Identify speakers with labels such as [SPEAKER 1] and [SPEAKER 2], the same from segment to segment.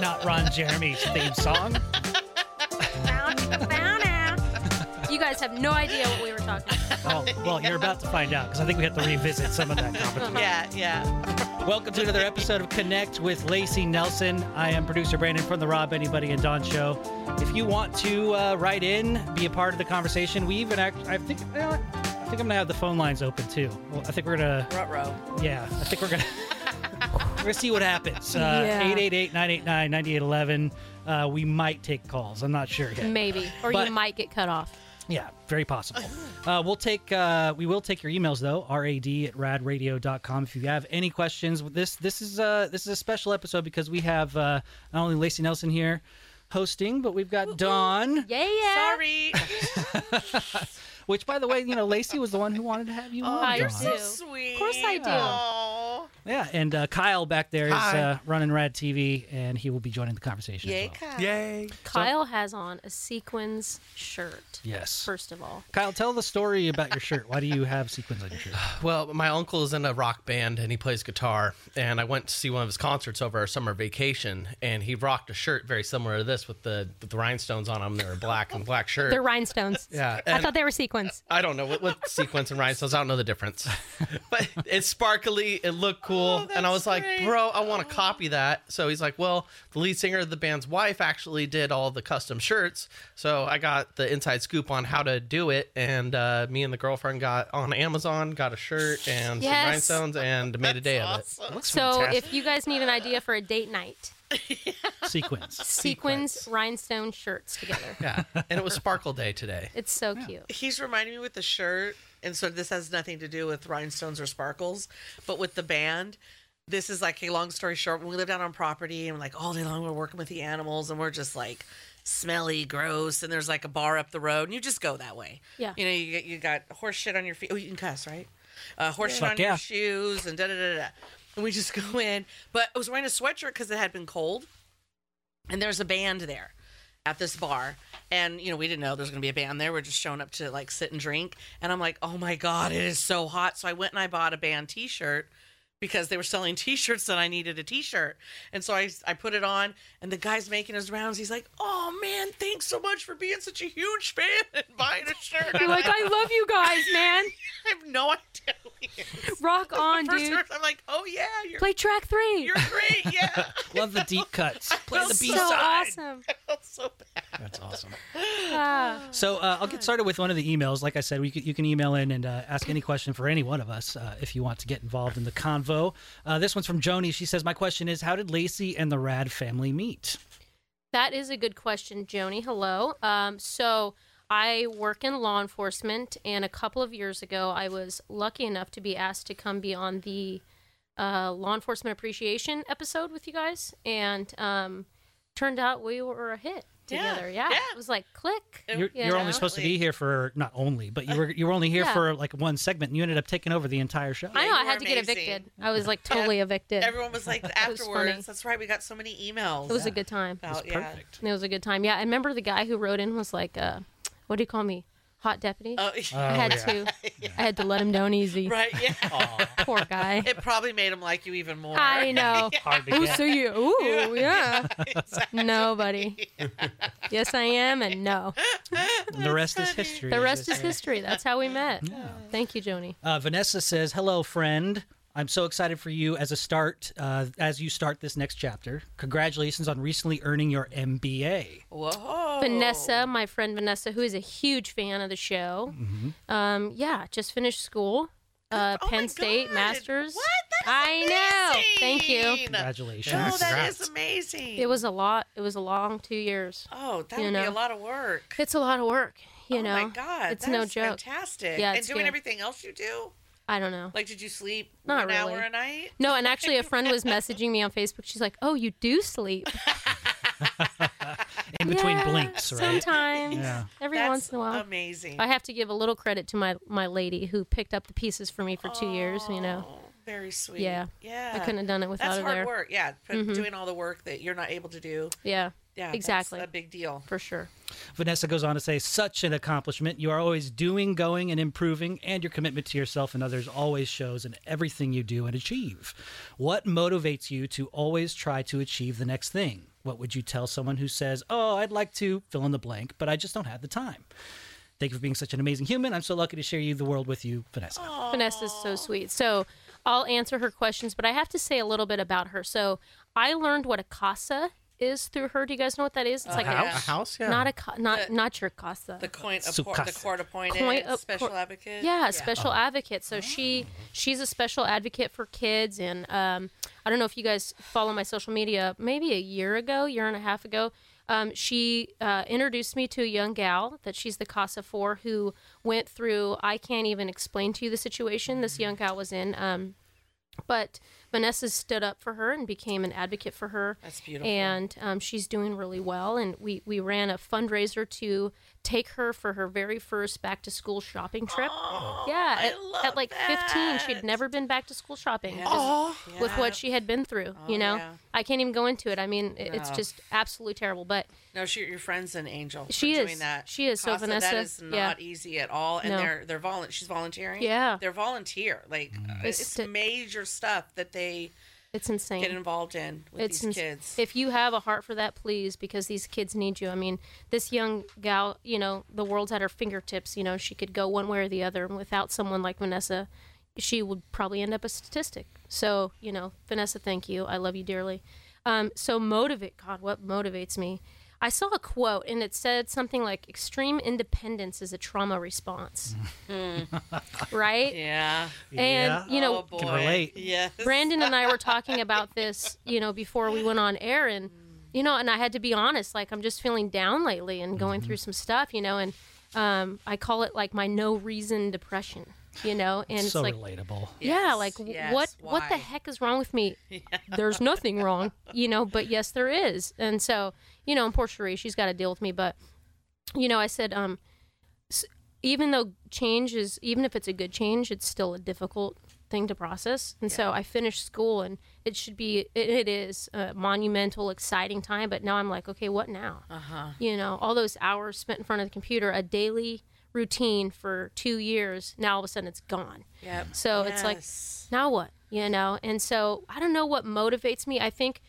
[SPEAKER 1] not Ron Jeremy's theme song.
[SPEAKER 2] Found, found out. You guys have no idea what we were talking about.
[SPEAKER 1] Oh, well, you're about to find out because I think we have to revisit some of that competition.
[SPEAKER 3] Yeah, yeah.
[SPEAKER 1] Welcome to another episode of Connect with Lacey Nelson. I am producer Brandon from the Rob Anybody and Don Show. If you want to uh, write in, be a part of the conversation, we even act. I think you know what? I think I'm gonna have the phone lines open too. Well, I think we're gonna.
[SPEAKER 3] Ruh-roh.
[SPEAKER 1] Yeah, I think we're gonna. We're gonna see what happens. Uh,
[SPEAKER 2] Yeah.
[SPEAKER 1] 888 989 9811. Uh, We might take calls. I'm not sure yet.
[SPEAKER 2] Maybe, or
[SPEAKER 1] But-
[SPEAKER 2] you might get cut off.
[SPEAKER 1] Yeah, very possible. Uh, we'll take uh, we will take your emails though. Rad at radradio.com. If you have any questions, this this is uh, this is a special episode because we have uh, not only Lacey Nelson here hosting, but we've got Dawn.
[SPEAKER 2] Yeah, yeah.
[SPEAKER 3] Sorry.
[SPEAKER 1] Which, by the way, you know Lacey was the one who wanted to have you
[SPEAKER 3] Oh,
[SPEAKER 1] on.
[SPEAKER 3] you're
[SPEAKER 1] Dawn.
[SPEAKER 3] so
[SPEAKER 2] do.
[SPEAKER 3] sweet.
[SPEAKER 2] Of course I do.
[SPEAKER 3] Aw.
[SPEAKER 1] Yeah, and uh, Kyle back there is
[SPEAKER 4] Hi.
[SPEAKER 1] uh, running Rad TV, and he will be joining the conversation. as
[SPEAKER 3] Yay,
[SPEAKER 1] well.
[SPEAKER 3] Kyle.
[SPEAKER 4] Yay.
[SPEAKER 2] Kyle has on a sequins shirt.
[SPEAKER 1] Yes.
[SPEAKER 2] First of all,
[SPEAKER 1] Kyle, tell the story about your shirt. Why do you have sequins on your shirt?
[SPEAKER 4] Well, my uncle is in a rock band and he plays guitar. And I went to see one of his concerts over our summer vacation. And he rocked a shirt very similar to this with the, with the rhinestones on them. They were black and black shirt.
[SPEAKER 2] they're rhinestones.
[SPEAKER 4] yeah.
[SPEAKER 2] I
[SPEAKER 4] and-
[SPEAKER 2] thought they were sequins.
[SPEAKER 4] I don't know what, what sequence and rhinestones. I don't know the difference, but it's sparkly. It looked
[SPEAKER 2] Oh,
[SPEAKER 4] cool, and I was like, "Bro, I want to copy that." So he's like, "Well, the lead singer of the band's wife actually did all the custom shirts, so I got the inside scoop on how to do it." And uh, me and the girlfriend got on Amazon, got a shirt and
[SPEAKER 2] Yes.
[SPEAKER 4] some rhinestones, and made a day of
[SPEAKER 3] Awesome.
[SPEAKER 2] So if you guys need an idea for a date night,
[SPEAKER 1] Sequins.
[SPEAKER 2] sequins,
[SPEAKER 4] Sequins.
[SPEAKER 2] rhinestone shirts together.
[SPEAKER 4] it. Yeah, and it was Sparkle Day today.
[SPEAKER 2] It's so cute.
[SPEAKER 3] He's reminding me with the shirt, and so this has nothing to do with rhinestones or sparkles, but with the band. This is like a long story short. When we lived out on property and like all day long, we're working with the animals and we're just like smelly, gross. And there's like a bar up the road, and you just go that way.
[SPEAKER 2] Yeah.
[SPEAKER 3] You know, you, get- you got horse shit on your feet. Oh, you can cuss, right? Uh, horse shit
[SPEAKER 1] Fuck
[SPEAKER 3] on
[SPEAKER 1] yeah.
[SPEAKER 3] your shoes and da da da da. And we just go in. But I was wearing a sweatshirt because it had been cold and there's a band there at this bar and you know we didn't know there's going to be a band there we're just showing up to like sit and drink and i'm like oh my god it is so hot so i went and i bought a band t-shirt because they were selling t-shirts and i needed a t-shirt and so i, I put it on and the guy's making his rounds he's like oh man thanks so much for being such a huge fan and buying a shirt
[SPEAKER 2] You're like, I love you guys, man.
[SPEAKER 3] i have no idea who he is.
[SPEAKER 2] Rock on,
[SPEAKER 3] First
[SPEAKER 2] dude.
[SPEAKER 3] time, i'm like oh yeah you're,
[SPEAKER 2] Play track three.
[SPEAKER 3] you're great yeah
[SPEAKER 1] Love the deep cuts. Play the
[SPEAKER 2] That's
[SPEAKER 1] B
[SPEAKER 2] so
[SPEAKER 1] side.
[SPEAKER 2] awesome.
[SPEAKER 3] i felt so bad
[SPEAKER 1] That's awesome.
[SPEAKER 2] Ah.
[SPEAKER 1] So uh, I'll get started with one of the emails. Like I said, we can, you can email in and uh, ask any question for any one of us uh, if you want to get involved in the convo. Uh, this one's from Joni. She says, "My question is, how did Lacey and the Rad family meet?"
[SPEAKER 2] That is a good question, Joni. Hello. Um, so I work in law enforcement, and a couple of years ago, I was lucky enough to be asked to come be on the uh, law enforcement appreciation episode with you guys, and um, turned out we were a hit
[SPEAKER 3] Yeah,
[SPEAKER 2] together. Yeah,
[SPEAKER 3] yeah.
[SPEAKER 2] it was like click.
[SPEAKER 1] You're,
[SPEAKER 2] you
[SPEAKER 1] you're
[SPEAKER 2] know?
[SPEAKER 1] only supposed to be here for not only, but you were you were only here
[SPEAKER 2] Uh, Yeah.
[SPEAKER 1] for like one segment. and You ended up taking over the entire show.
[SPEAKER 2] I know.
[SPEAKER 3] you
[SPEAKER 2] I
[SPEAKER 3] were
[SPEAKER 2] had to get
[SPEAKER 3] amazing.
[SPEAKER 2] evicted. I was like totally evicted.
[SPEAKER 3] Everyone was like
[SPEAKER 2] was funny.
[SPEAKER 3] afterwards. That's right. We got so many emails.
[SPEAKER 2] It was a good time.
[SPEAKER 3] about,
[SPEAKER 1] It's perfect.
[SPEAKER 2] It was a good time. Yeah, I remember the guy who wrote in was like, uh, "What do you call me? Hot deputy."
[SPEAKER 3] Oh,
[SPEAKER 2] I had to. I had to let him down easy.
[SPEAKER 3] right. Yeah.
[SPEAKER 2] Poor guy.
[SPEAKER 3] It probably made him like you even more.
[SPEAKER 2] I know.
[SPEAKER 1] Hard to
[SPEAKER 2] Ooh,
[SPEAKER 1] get.
[SPEAKER 2] so you? Ooh, yeah. Nobody. Yes, I am, and no.
[SPEAKER 1] And the rest is history.
[SPEAKER 2] The
[SPEAKER 1] as
[SPEAKER 2] rest
[SPEAKER 1] they
[SPEAKER 2] is
[SPEAKER 1] say.
[SPEAKER 2] history. That's how we met. Thank you, Joni.
[SPEAKER 1] Uh, Vanessa says, "Hello, friend. I'm so excited for you as a start, uh, as you start this next chapter. Congratulations on recently earning your MBA.
[SPEAKER 3] Whoa.
[SPEAKER 2] Vanessa, my friend Vanessa, who is a huge fan of the show. Um, yeah, just finished school. Uh,
[SPEAKER 3] Mm-hmm. Oh my
[SPEAKER 2] Penn State
[SPEAKER 3] God.
[SPEAKER 2] Masters.
[SPEAKER 3] What? That's
[SPEAKER 2] I know. Thank you.
[SPEAKER 3] amazing.
[SPEAKER 1] Congratulations.
[SPEAKER 2] Oh,
[SPEAKER 3] No, Oh, that
[SPEAKER 4] Congrats.
[SPEAKER 3] is amazing.
[SPEAKER 2] It was a lot. It was a long two years.
[SPEAKER 3] Oh, that
[SPEAKER 2] you
[SPEAKER 3] would be
[SPEAKER 2] know.
[SPEAKER 3] a lot of work.
[SPEAKER 2] It's a lot of work. You
[SPEAKER 3] oh
[SPEAKER 2] know.
[SPEAKER 3] my God.
[SPEAKER 2] it's
[SPEAKER 3] that
[SPEAKER 2] no
[SPEAKER 3] is
[SPEAKER 2] joke.
[SPEAKER 3] Fantastic.
[SPEAKER 2] Yeah,
[SPEAKER 3] and
[SPEAKER 2] it's
[SPEAKER 3] doing
[SPEAKER 2] good.
[SPEAKER 3] everything else you do.
[SPEAKER 2] I don't know.
[SPEAKER 3] Like, did you sleep
[SPEAKER 2] Not
[SPEAKER 3] an hour
[SPEAKER 2] really.
[SPEAKER 3] a night?
[SPEAKER 2] No, and actually, a friend was messaging me on Facebook. She's like, "Oh, you do sleep
[SPEAKER 1] In between
[SPEAKER 2] Yeah,
[SPEAKER 1] blinks, right?
[SPEAKER 2] Sometimes,
[SPEAKER 1] Yeah.
[SPEAKER 2] every
[SPEAKER 3] That's
[SPEAKER 2] once in a while."
[SPEAKER 3] amazing.
[SPEAKER 2] I have to give a little credit to my my lady who picked up the pieces for me for two years. You know,
[SPEAKER 3] Oh, very sweet.
[SPEAKER 2] Yeah.
[SPEAKER 3] Oh, Yeah.
[SPEAKER 2] I couldn't have done it without
[SPEAKER 3] That's
[SPEAKER 2] her
[SPEAKER 3] hard
[SPEAKER 2] there. Mm-hmm.
[SPEAKER 3] work. Yeah. But Doing all the work that you're not able to do.
[SPEAKER 2] Yeah,
[SPEAKER 3] Yeah. that's
[SPEAKER 2] exactly,
[SPEAKER 3] a big deal.
[SPEAKER 2] for sure.
[SPEAKER 1] Vanessa goes on to say, such an accomplishment. You are always doing, going, and improving, and your commitment to yourself and others always shows in everything you do and achieve. What motivates you to always try to achieve the next thing? What would you tell someone who says, "Oh, I'd like to fill in the blank, but I just don't have the time"? Thank you for being such an amazing human. I'm so lucky to share you the world with you, Vanessa.
[SPEAKER 2] Vanessa's so sweet. So I'll answer her questions, but I have to say a little bit about her. So I learned what a casa is through her. Do you guys know what that is? It's like
[SPEAKER 4] a
[SPEAKER 3] yeah.
[SPEAKER 4] house, a house, yeah.
[SPEAKER 2] not a ca- not not your casa.
[SPEAKER 3] The coin,
[SPEAKER 1] Su
[SPEAKER 3] appor- the
[SPEAKER 1] casa.
[SPEAKER 3] court appointed
[SPEAKER 2] Coin- uh,
[SPEAKER 3] special
[SPEAKER 2] court-
[SPEAKER 3] advocate. Oh.
[SPEAKER 2] yeah, special advocate. So she she's a special advocate for kids, and um, I don't know if you guys follow my social media. Maybe a year ago, year and a half ago, um, she uh, introduced me to a young gal that she's the casa for who went through. I can't even explain to you the situation this young gal was in. Um, but Vanessa stood up for her and became an advocate for her.
[SPEAKER 3] That's beautiful.
[SPEAKER 2] And um, she's doing really well. And we, we ran a fundraiser to take her for her very first back to school shopping trip. yeah,
[SPEAKER 3] Oh, I
[SPEAKER 2] at,
[SPEAKER 3] love
[SPEAKER 2] at like 15, she
[SPEAKER 3] that.
[SPEAKER 2] had never been back to school shopping.
[SPEAKER 3] Yeah.
[SPEAKER 2] just
[SPEAKER 4] Oh.
[SPEAKER 2] With
[SPEAKER 3] Yeah.
[SPEAKER 2] what she had been through,
[SPEAKER 3] Oh,
[SPEAKER 2] you know,
[SPEAKER 3] yeah.
[SPEAKER 2] I can't even go into it. I mean, it, it's
[SPEAKER 3] No.
[SPEAKER 2] just absolutely terrible. But
[SPEAKER 3] No, she, your friend's an angel. for
[SPEAKER 2] She
[SPEAKER 3] doing
[SPEAKER 2] is.
[SPEAKER 3] that.
[SPEAKER 2] She is. So
[SPEAKER 3] Casa,
[SPEAKER 2] Vanessa-
[SPEAKER 3] that is
[SPEAKER 2] yeah.
[SPEAKER 3] not easy at all. And
[SPEAKER 2] No.
[SPEAKER 3] they're they're volun. She's volunteering.
[SPEAKER 2] Yeah.
[SPEAKER 3] they're volunteer. Like
[SPEAKER 1] Mm.
[SPEAKER 3] uh,
[SPEAKER 2] They
[SPEAKER 3] it's
[SPEAKER 2] st-
[SPEAKER 3] major stuff that they
[SPEAKER 2] it's insane.
[SPEAKER 3] get involved in with
[SPEAKER 2] it's
[SPEAKER 3] these
[SPEAKER 2] ins-
[SPEAKER 3] kids.
[SPEAKER 2] If you have a heart for that, please, because these kids need you. I mean, this young gal, you know, the world's at her fingertips. You know, she could go one way or the other, and without someone like Vanessa, she would probably end up a statistic. So, you know, Vanessa, thank you. I love you dearly. Um, so motivate, God, what motivates me? I saw a quote, and it said something like, "Extreme independence is a trauma response." right?
[SPEAKER 3] yeah,
[SPEAKER 1] Yeah.
[SPEAKER 2] And you know,
[SPEAKER 3] oh, boy.
[SPEAKER 1] Can relate.
[SPEAKER 3] Yes.
[SPEAKER 2] Brandon and I were talking about this, you know, before we went on air, and you know, and I had to be honest, like I'm just feeling down lately and going through some stuff, you know, and um, I call it like my no reason depression, you know, and it's
[SPEAKER 1] so
[SPEAKER 2] like,
[SPEAKER 1] relatable.
[SPEAKER 2] yeah,
[SPEAKER 3] Yes,
[SPEAKER 2] like w-
[SPEAKER 3] yes,
[SPEAKER 2] what what the
[SPEAKER 3] why?
[SPEAKER 2] heck is wrong with me? There's nothing wrong, you know, but yes, there is, and so you know, and poor Cherie, she's got to deal with me, but you know, I said, um, s- even though change is, even if it's a good change, it's still a difficult thing to process. And so I finished school and it should be, it, it is a monumental, exciting time. But now I'm like, okay, what now? Uh-huh. You know, all those hours spent in front of the computer, a daily routine for two years, now all of a sudden it's gone.
[SPEAKER 3] Yep.
[SPEAKER 2] So it's like,
[SPEAKER 3] Yes.
[SPEAKER 2] now what? You know? And so I don't know what motivates me. I think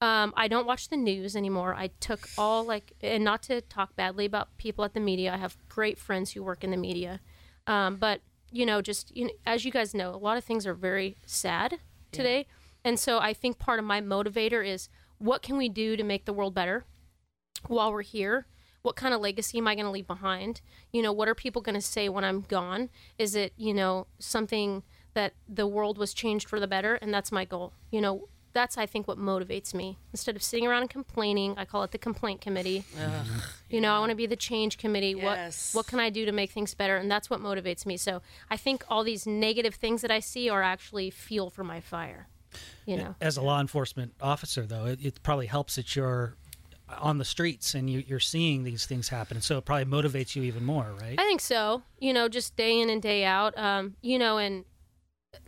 [SPEAKER 2] um, I don't watch the news anymore. I took all, like, and not to talk badly about people at the media. I have great friends who work in the media. Um, but, you know, just you know, as you guys know, a lot of things are very sad today. And so I think part of my motivator is what can we do to make the world better? while we're here what kind of legacy am i going to leave behind you know what are people going to say when i'm gone is it you know something that the world was changed for the better and that's my goal you know that's i think what motivates me instead of sitting around and complaining i call it the complaint committee you know i want to be the change committee
[SPEAKER 3] Yes.
[SPEAKER 2] what what can i do to make things better and that's what motivates me so i think all these negative things that i see are actually fuel for my fire you know
[SPEAKER 1] As a law enforcement officer, though, it, it probably helps that you're on the streets and you, you're seeing these things happen, so it probably motivates you even more, right?
[SPEAKER 2] I think so. You know, just day in and day out. Um, you know, and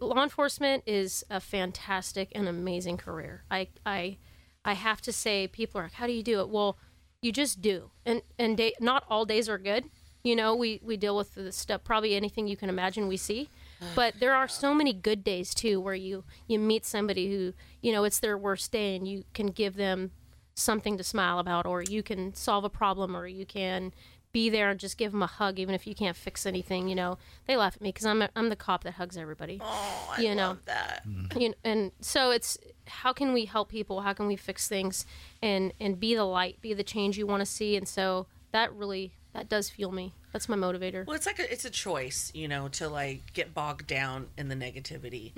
[SPEAKER 2] law enforcement is a fantastic and amazing career. I, I, I have to say, people are like, "How do you do it?" Well, you just do. And and day, not all days are good. You know, we we deal with the stuff. Probably anything you can imagine, we see. But there are so many good days too, where you you meet somebody who you know it's their worst day, and you can give them something to smile about, or you can solve a problem, or you can be there and just give them a hug, even if you can't fix anything. You know, they laugh at me because I'm a, I'm the cop that hugs everybody.
[SPEAKER 3] Oh, I
[SPEAKER 2] you know.
[SPEAKER 3] love that.
[SPEAKER 2] You know, and so it's how can we help people? How can we fix things and and be the light, be the change you want to see? And so that really that does fuel me. That's my motivator.
[SPEAKER 3] Well, it's like a, it's a choice, you know, to like get bogged down in the negativity,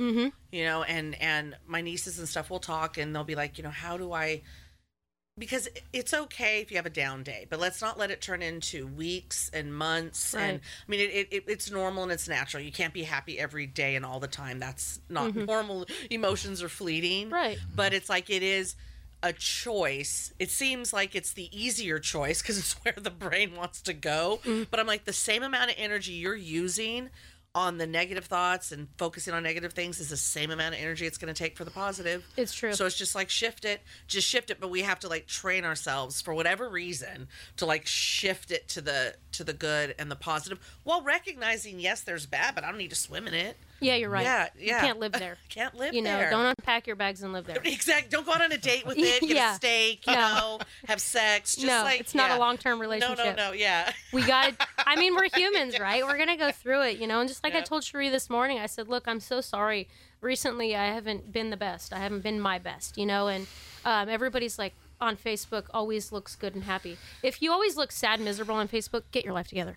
[SPEAKER 3] you know, and and my nieces and stuff will talk, and they'll be like, you know, how do I? Because it's okay if you have a down day, but let's not let it turn into weeks and months. And
[SPEAKER 2] Right.
[SPEAKER 3] I mean, it, it, it- it's normal and it's natural. You can't be happy every day and all the time. That's not normal. Emotions are fleeting,
[SPEAKER 2] Right.
[SPEAKER 3] But it's like it is a choice. It seems like it's the easier choice because it's where the brain wants to go.
[SPEAKER 2] Mm-hmm.
[SPEAKER 3] But I'm like, the same amount of energy you're using on the negative thoughts and focusing on negative things is the same amount of energy it's going to take for the positive.
[SPEAKER 2] It's true.
[SPEAKER 3] So it's just like shift it, just shift it. But we have to like train ourselves for whatever reason to like shift it to the to the good and the positive while recognizing yes, there's bad, but I don't need to swim in it.
[SPEAKER 2] Yeah, you're right.
[SPEAKER 3] Yeah, yeah.
[SPEAKER 2] You can't live there.
[SPEAKER 3] Can't live
[SPEAKER 2] you know,
[SPEAKER 3] there.
[SPEAKER 2] don't unpack your bags and live there.
[SPEAKER 3] Exactly. Don't go out on a date with it. Get
[SPEAKER 2] Yeah.
[SPEAKER 3] a steak. You
[SPEAKER 2] No.
[SPEAKER 3] know, have sex. Just
[SPEAKER 2] no,
[SPEAKER 3] like,
[SPEAKER 2] it's not
[SPEAKER 3] yeah.
[SPEAKER 2] a long-term
[SPEAKER 3] No,
[SPEAKER 2] relationship.
[SPEAKER 3] no, no. Yeah.
[SPEAKER 2] We got. I mean, we're humans, right? We're gonna go through it, you know. And just like I
[SPEAKER 3] Yeah.
[SPEAKER 2] told Cherie this morning, I said, "Look, I'm so sorry. Recently, I haven't been the best. I haven't been my best, you know." And um, everybody's like on Facebook, always looks good and happy. If you always look sad, and miserable on Facebook, get your life together.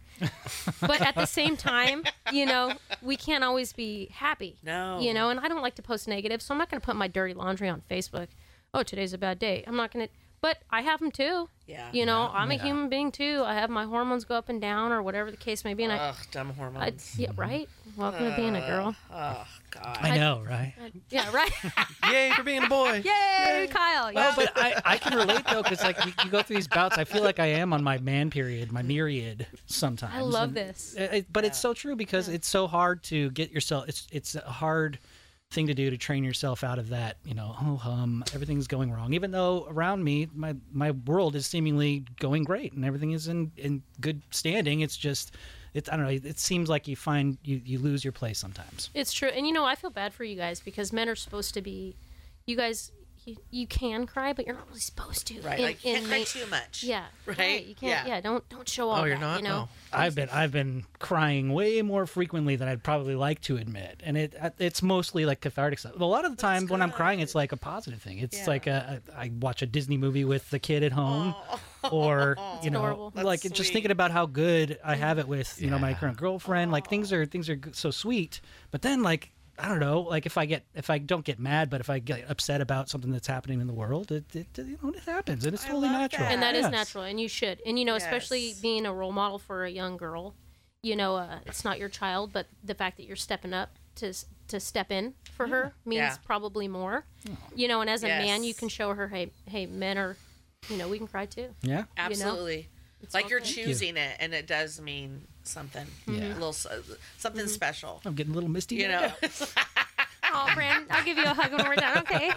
[SPEAKER 2] but at the same time, you know, we can't always be happy.
[SPEAKER 3] No.
[SPEAKER 2] You know, and I don't like to post negative, so I'm not going to put my dirty laundry on Facebook. Oh, today's a bad day. I'm not going to. But I have them too.
[SPEAKER 3] Yeah.
[SPEAKER 2] You know, I'm a human being too. I have my hormones go up and down or whatever the case may be. And I,
[SPEAKER 3] Ugh, dumb
[SPEAKER 2] I
[SPEAKER 3] hormones.
[SPEAKER 2] yeah, right? Welcome to being a girl.
[SPEAKER 3] oh God.
[SPEAKER 1] I know, right?
[SPEAKER 3] Uh,
[SPEAKER 2] Yeah, right?
[SPEAKER 4] Yay for being a boy.
[SPEAKER 2] Yay, Kyle.
[SPEAKER 1] No,
[SPEAKER 2] Yeah.
[SPEAKER 1] but I, I can relate though because like you, you go through these bouts. I feel like I am on my man period, my myriad sometimes.
[SPEAKER 2] I love
[SPEAKER 1] and-
[SPEAKER 2] this.
[SPEAKER 1] Uh, it- but it's so true because it's so hard to get yourself. It's it's a hard thing to do to train yourself out of that. You know, oh hum, everything's going wrong. Even though around me, my my world is seemingly going great and everything is in in good standing. It's just. It's, I don't know. It seems like you find you, you lose your place sometimes.
[SPEAKER 2] It's true. And you know, I feel bad for you guys because men are supposed to be, you guys, you, you can cry, but you're not really supposed to.
[SPEAKER 3] Right.
[SPEAKER 2] in-
[SPEAKER 3] like, you can't
[SPEAKER 2] in
[SPEAKER 3] cry
[SPEAKER 2] ma-
[SPEAKER 3] too much.
[SPEAKER 2] Yeah.
[SPEAKER 3] Right?
[SPEAKER 2] You can't. Yeah.
[SPEAKER 3] Yeah.
[SPEAKER 2] don't don't show off.
[SPEAKER 4] Oh, you're not.
[SPEAKER 2] You know.
[SPEAKER 4] Oh.
[SPEAKER 1] I've been I've been crying way more frequently than I'd probably like to admit, and it uh, it's mostly like cathartic stuff. A lot of the time when I'm crying, it's like a positive thing. It's
[SPEAKER 3] Yeah.
[SPEAKER 1] like a, I I watch a Disney movie with the kid at home, or you know,
[SPEAKER 2] adorable.
[SPEAKER 1] like
[SPEAKER 3] That's
[SPEAKER 1] just
[SPEAKER 3] sweet.
[SPEAKER 1] thinking about how good I have it with you know my
[SPEAKER 4] Yeah.
[SPEAKER 1] current girlfriend. Like things are things are g- so sweet, but then like. I don't know. Like if I get if I don't get mad, but if I get upset about something that's happening in the world, it, it you know it happens and it's
[SPEAKER 3] I
[SPEAKER 1] totally
[SPEAKER 3] love
[SPEAKER 1] natural.
[SPEAKER 3] that.
[SPEAKER 2] And that is
[SPEAKER 1] Yes.
[SPEAKER 2] natural, and you should. And you know, especially
[SPEAKER 3] Yes.
[SPEAKER 2] being a role model for a young girl, you know, uh, it's not your child, but the fact that you're stepping up to s- to step in for her means
[SPEAKER 3] Yeah.
[SPEAKER 2] probably more. You know, and as a man, you
[SPEAKER 3] Yes.
[SPEAKER 2] can show her, hey, hey, men are, you know, we can cry too.
[SPEAKER 1] Yeah.
[SPEAKER 3] Absolutely. like you're
[SPEAKER 2] okay.
[SPEAKER 1] you.
[SPEAKER 3] choosing it, and it does mean something.
[SPEAKER 1] Yeah. Oh,
[SPEAKER 3] A
[SPEAKER 2] Mm-hmm.
[SPEAKER 3] little s- uh, something special.
[SPEAKER 1] I'm getting a little misty.
[SPEAKER 3] You
[SPEAKER 1] right now.
[SPEAKER 3] know.
[SPEAKER 2] Oh, Brandon, I'll give you a hug when we're done. Okay.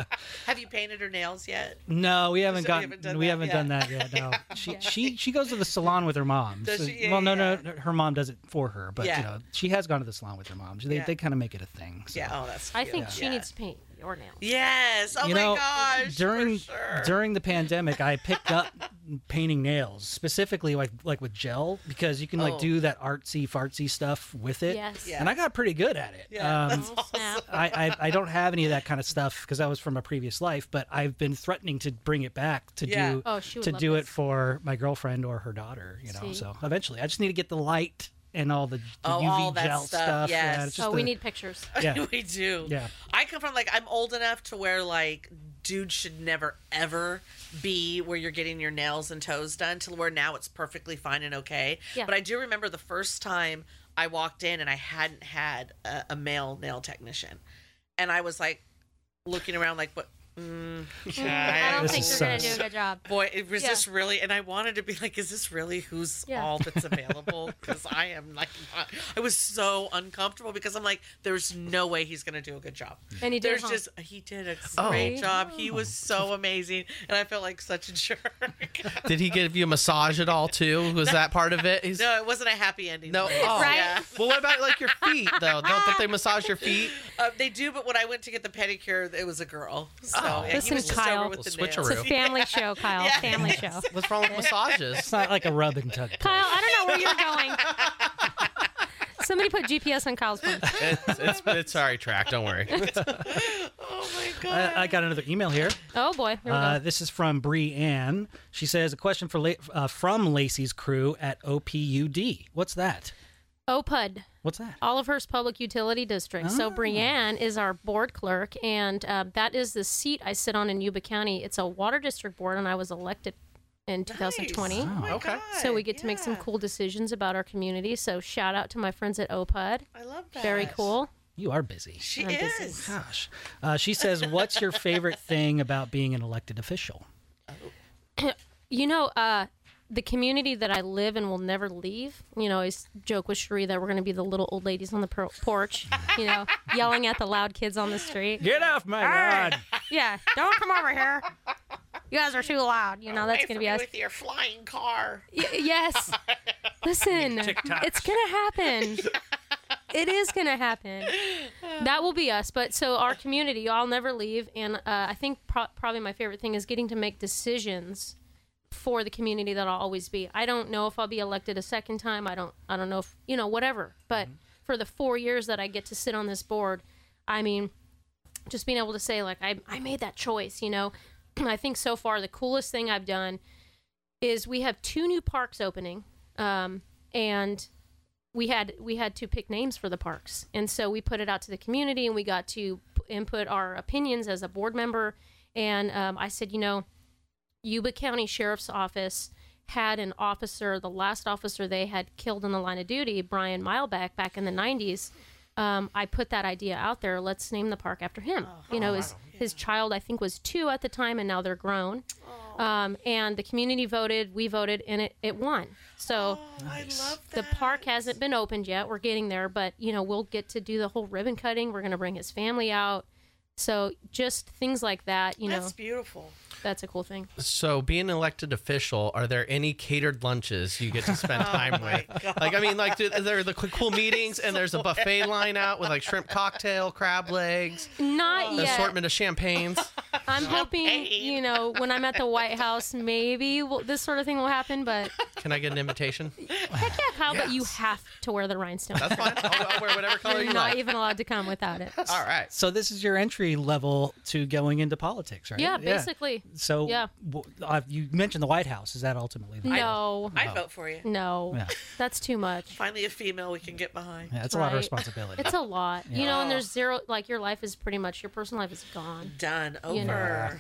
[SPEAKER 3] Have you painted her nails yet?
[SPEAKER 1] No, we haven't
[SPEAKER 3] So we
[SPEAKER 1] gotten.
[SPEAKER 3] haven't done
[SPEAKER 1] we
[SPEAKER 3] that
[SPEAKER 1] haven't
[SPEAKER 3] yet.
[SPEAKER 1] done that yet. No, she she she goes to the salon with her mom.
[SPEAKER 3] Does
[SPEAKER 1] So-
[SPEAKER 3] she? Yeah,
[SPEAKER 1] well, no,
[SPEAKER 3] yeah,
[SPEAKER 1] no, her mom does it for her, but
[SPEAKER 3] Yeah.
[SPEAKER 1] you know she has gone to the salon with her mom. They
[SPEAKER 3] Yeah.
[SPEAKER 1] they kind of make it a thing. so.
[SPEAKER 3] Yeah. Oh, that's.
[SPEAKER 2] I
[SPEAKER 3] cute.
[SPEAKER 2] think she
[SPEAKER 3] Yeah.
[SPEAKER 2] needs to paint your nails.
[SPEAKER 3] Yes. Oh
[SPEAKER 1] you
[SPEAKER 3] my
[SPEAKER 1] know,
[SPEAKER 3] gosh.
[SPEAKER 1] during
[SPEAKER 3] for sure.
[SPEAKER 1] during the pandemic, I picked up painting nails specifically like like with gel because you can like
[SPEAKER 3] Oh.
[SPEAKER 1] do that artsy fartsy stuff with it.
[SPEAKER 2] Yes.
[SPEAKER 3] Yeah.
[SPEAKER 1] And I got pretty good at it.
[SPEAKER 3] Yeah.
[SPEAKER 1] Um,
[SPEAKER 2] Oh, snap.
[SPEAKER 1] I, I, I don't have any of that kind of stuff because that was from a previous life, but I've been threatening to bring it back to
[SPEAKER 3] Yeah.
[SPEAKER 1] do
[SPEAKER 2] Oh, she would
[SPEAKER 1] to
[SPEAKER 2] love
[SPEAKER 1] do it
[SPEAKER 2] this.
[SPEAKER 1] for my girlfriend or her daughter, you know.
[SPEAKER 2] See?
[SPEAKER 1] So eventually, I just need to get the light and all the, the
[SPEAKER 3] Oh,
[SPEAKER 1] UV
[SPEAKER 3] all that
[SPEAKER 1] gel
[SPEAKER 3] stuff,
[SPEAKER 1] Yeah,
[SPEAKER 3] yes.
[SPEAKER 1] it's just
[SPEAKER 2] Oh, we
[SPEAKER 1] the-
[SPEAKER 2] need pictures.
[SPEAKER 1] yeah.
[SPEAKER 3] we do.
[SPEAKER 1] Yeah.
[SPEAKER 3] I come from like I'm old enough to where like dude should never ever be where you're getting your nails and toes done to where now it's perfectly fine and okay.
[SPEAKER 2] Yeah.
[SPEAKER 3] But I do remember the first time I walked in and I hadn't had a, a male nail technician, and I was like looking around like what. Mm,
[SPEAKER 2] I don't
[SPEAKER 1] This
[SPEAKER 2] think
[SPEAKER 1] is
[SPEAKER 2] you're gonna do
[SPEAKER 1] sus.
[SPEAKER 2] a good job.
[SPEAKER 3] Boy, it was
[SPEAKER 2] Yeah.
[SPEAKER 3] this really, and I wanted to be like, is this really who's
[SPEAKER 2] Yeah.
[SPEAKER 3] all that's available? Because I am like, not, I was so uncomfortable because I'm like, there's no way he's gonna do a good job.
[SPEAKER 2] And he did,
[SPEAKER 3] There's
[SPEAKER 2] huh?
[SPEAKER 3] just he did a
[SPEAKER 4] Oh.
[SPEAKER 3] great job. He was so amazing, and I felt like such a jerk.
[SPEAKER 4] Did he give you a massage at all too? Was that part of it? He's,
[SPEAKER 3] no, it wasn't a happy ending.
[SPEAKER 4] No. Oh.
[SPEAKER 2] Right?
[SPEAKER 3] Yeah.
[SPEAKER 4] Well, what about like your feet though? Don't, don't they massage your feet?
[SPEAKER 3] Uh, they do, but when I went to get the pedicure, it was a girl. So
[SPEAKER 4] Oh.
[SPEAKER 3] yeah,
[SPEAKER 2] Listen,
[SPEAKER 3] he was just
[SPEAKER 2] Kyle.
[SPEAKER 3] over with the
[SPEAKER 4] Well,
[SPEAKER 3] nails.
[SPEAKER 2] It's a
[SPEAKER 4] switcheroo.
[SPEAKER 2] family show, Kyle.
[SPEAKER 3] Yeah.
[SPEAKER 2] Family show.
[SPEAKER 4] What's wrong with massages?
[SPEAKER 1] It's not like a rub and tug.
[SPEAKER 2] Kyle, I don't know where you're going. Somebody put GPS on Kyle's phone.
[SPEAKER 4] It's, it's, it's already tracked. Don't worry.
[SPEAKER 3] Oh my god.
[SPEAKER 2] Uh,
[SPEAKER 1] I, I got another email here.
[SPEAKER 2] Oh boy, here we
[SPEAKER 1] Uh,
[SPEAKER 2] go.
[SPEAKER 1] this is from Bree Ann. She says a question for La- uh, from Lacey's crew at OPUD. What's that?
[SPEAKER 2] OPUD,
[SPEAKER 1] What's that?
[SPEAKER 2] Olivehurst Public Utility District. So Brianne is our board clerk, and uh, that is the seat I sit on in Yuba County. It's a water district board, and I was elected in 2020.
[SPEAKER 3] Nice. Oh my
[SPEAKER 4] Okay.
[SPEAKER 2] uh, So we get to make some
[SPEAKER 3] yeah.
[SPEAKER 2] cool decisions about our community. So shout out to my friends at OPUD.
[SPEAKER 3] I love that.
[SPEAKER 2] Very cool.
[SPEAKER 1] You are busy.
[SPEAKER 3] She
[SPEAKER 2] I'm busy.
[SPEAKER 3] is.
[SPEAKER 1] Gosh. Uh, she says, "What's your favorite thing about being an elected official?"
[SPEAKER 2] You know, uh, the community that I live and will never leave. You know, I always joke with Cherie that we're going to be the little old ladies on the por- porch, you know, yelling at the loud kids on the street.
[SPEAKER 1] Get off my
[SPEAKER 2] Ah.
[SPEAKER 1] lawn.
[SPEAKER 2] Yeah, don't come over here. You guys are too loud. You know, that's going
[SPEAKER 3] Away
[SPEAKER 2] to
[SPEAKER 3] from
[SPEAKER 2] be
[SPEAKER 3] me
[SPEAKER 2] us.
[SPEAKER 3] with your flying car.
[SPEAKER 2] Y- yes. Listen, it's going to happen. it is gonna happen. That will be us. But so our community, I'll never leave. And uh, I think pro- probably my favorite thing is getting to make decisions for the community that I'll always be. I don't know if I'll be elected a second time. I don't. I don't know if you know whatever. But for the four years that I get to sit on this board, I mean, just being able to say like I I made that choice. You know, I think so far the coolest thing I've done is we have two new parks opening. Um, and we had we had to pick names for the parks and so we put it out to the community and we got to p- input our opinions as a board member and um, i said you know yuba county sheriff's office had an officer the last officer they had killed in the line of duty brian mileback back in the 90s um, i put that idea out there let's name the park after him you know
[SPEAKER 3] Oh,
[SPEAKER 2] his, his child i think was two at the time and now they're grown
[SPEAKER 3] Oh.
[SPEAKER 2] um, and the community voted we voted and it, it won so
[SPEAKER 3] I love
[SPEAKER 2] the
[SPEAKER 3] Oh, that.
[SPEAKER 2] park hasn't been opened yet. We're getting there, but you know, we'll get to do the whole ribbon cutting. We're going to bring his family out. So just things like that, you know,
[SPEAKER 3] That's beautiful.
[SPEAKER 2] that's a cool thing.
[SPEAKER 4] So, being an elected official, are there any catered lunches you get to spend
[SPEAKER 1] Oh
[SPEAKER 4] time with? Like, I mean, like, do, there are the cool- cool meetings, and there's a buffet line out with like shrimp cocktail, crab legs,
[SPEAKER 2] Not
[SPEAKER 4] an
[SPEAKER 2] yet.
[SPEAKER 4] assortment of champagnes.
[SPEAKER 2] I'm hoping, you know, when I'm at the White House, maybe we'll, this sort of thing will happen. But
[SPEAKER 4] Can I get an invitation?
[SPEAKER 2] heck yeah, Kyle, but you have to wear the rhinestone.
[SPEAKER 4] That's fine. I'll, I'll wear whatever color
[SPEAKER 2] You're
[SPEAKER 4] you
[SPEAKER 2] not
[SPEAKER 4] like.
[SPEAKER 2] even allowed to come without it.
[SPEAKER 4] All right.
[SPEAKER 1] So this is your entry level to going into politics, right?
[SPEAKER 2] Yeah, basically.
[SPEAKER 1] So
[SPEAKER 2] Yeah.
[SPEAKER 1] w- uh, you mentioned the White House. Is that ultimately the
[SPEAKER 2] No,
[SPEAKER 3] I'd vote for you.
[SPEAKER 2] no,
[SPEAKER 1] Yeah.
[SPEAKER 2] that's too much.
[SPEAKER 3] Finally, a female we can get behind.
[SPEAKER 1] Yeah, that's a lot of
[SPEAKER 2] Right.
[SPEAKER 1] responsibility.
[SPEAKER 2] It's a lot, you know, and
[SPEAKER 3] Yeah.
[SPEAKER 2] there's zero, like your life is pretty much, your personal life is gone.
[SPEAKER 3] Done. Over.
[SPEAKER 2] you know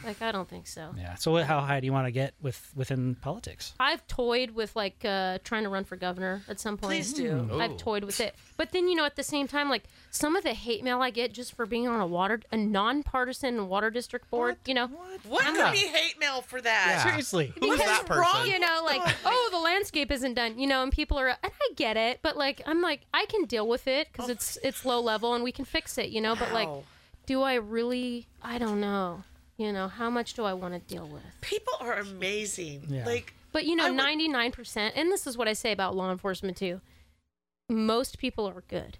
[SPEAKER 2] like i don't think so
[SPEAKER 1] yeah. So how high do you want to get with within politics?
[SPEAKER 2] i've toyed with like uh trying to run for governor at some point
[SPEAKER 3] Please do.
[SPEAKER 4] Mm. Ooh.
[SPEAKER 2] i've toyed with it but then you know at the same time like some of the hate mail i get just for being on a water a nonpartisan water district board you know
[SPEAKER 3] What could be hate mail for that?
[SPEAKER 4] Yeah.
[SPEAKER 1] Seriously.
[SPEAKER 4] Who is that person?
[SPEAKER 2] you know like oh the landscape isn't done you know and people are and i get it but like i'm like i can deal with it because it's it's low level and we can fix it you know but like
[SPEAKER 3] Wow.
[SPEAKER 2] do i really i don't know you know how much do i want to deal with
[SPEAKER 3] People are amazing.
[SPEAKER 1] Yeah.
[SPEAKER 3] Like,
[SPEAKER 2] But you know,
[SPEAKER 3] I would-
[SPEAKER 2] ninety nine percent, and this is what I say about law enforcement too. Most people are good.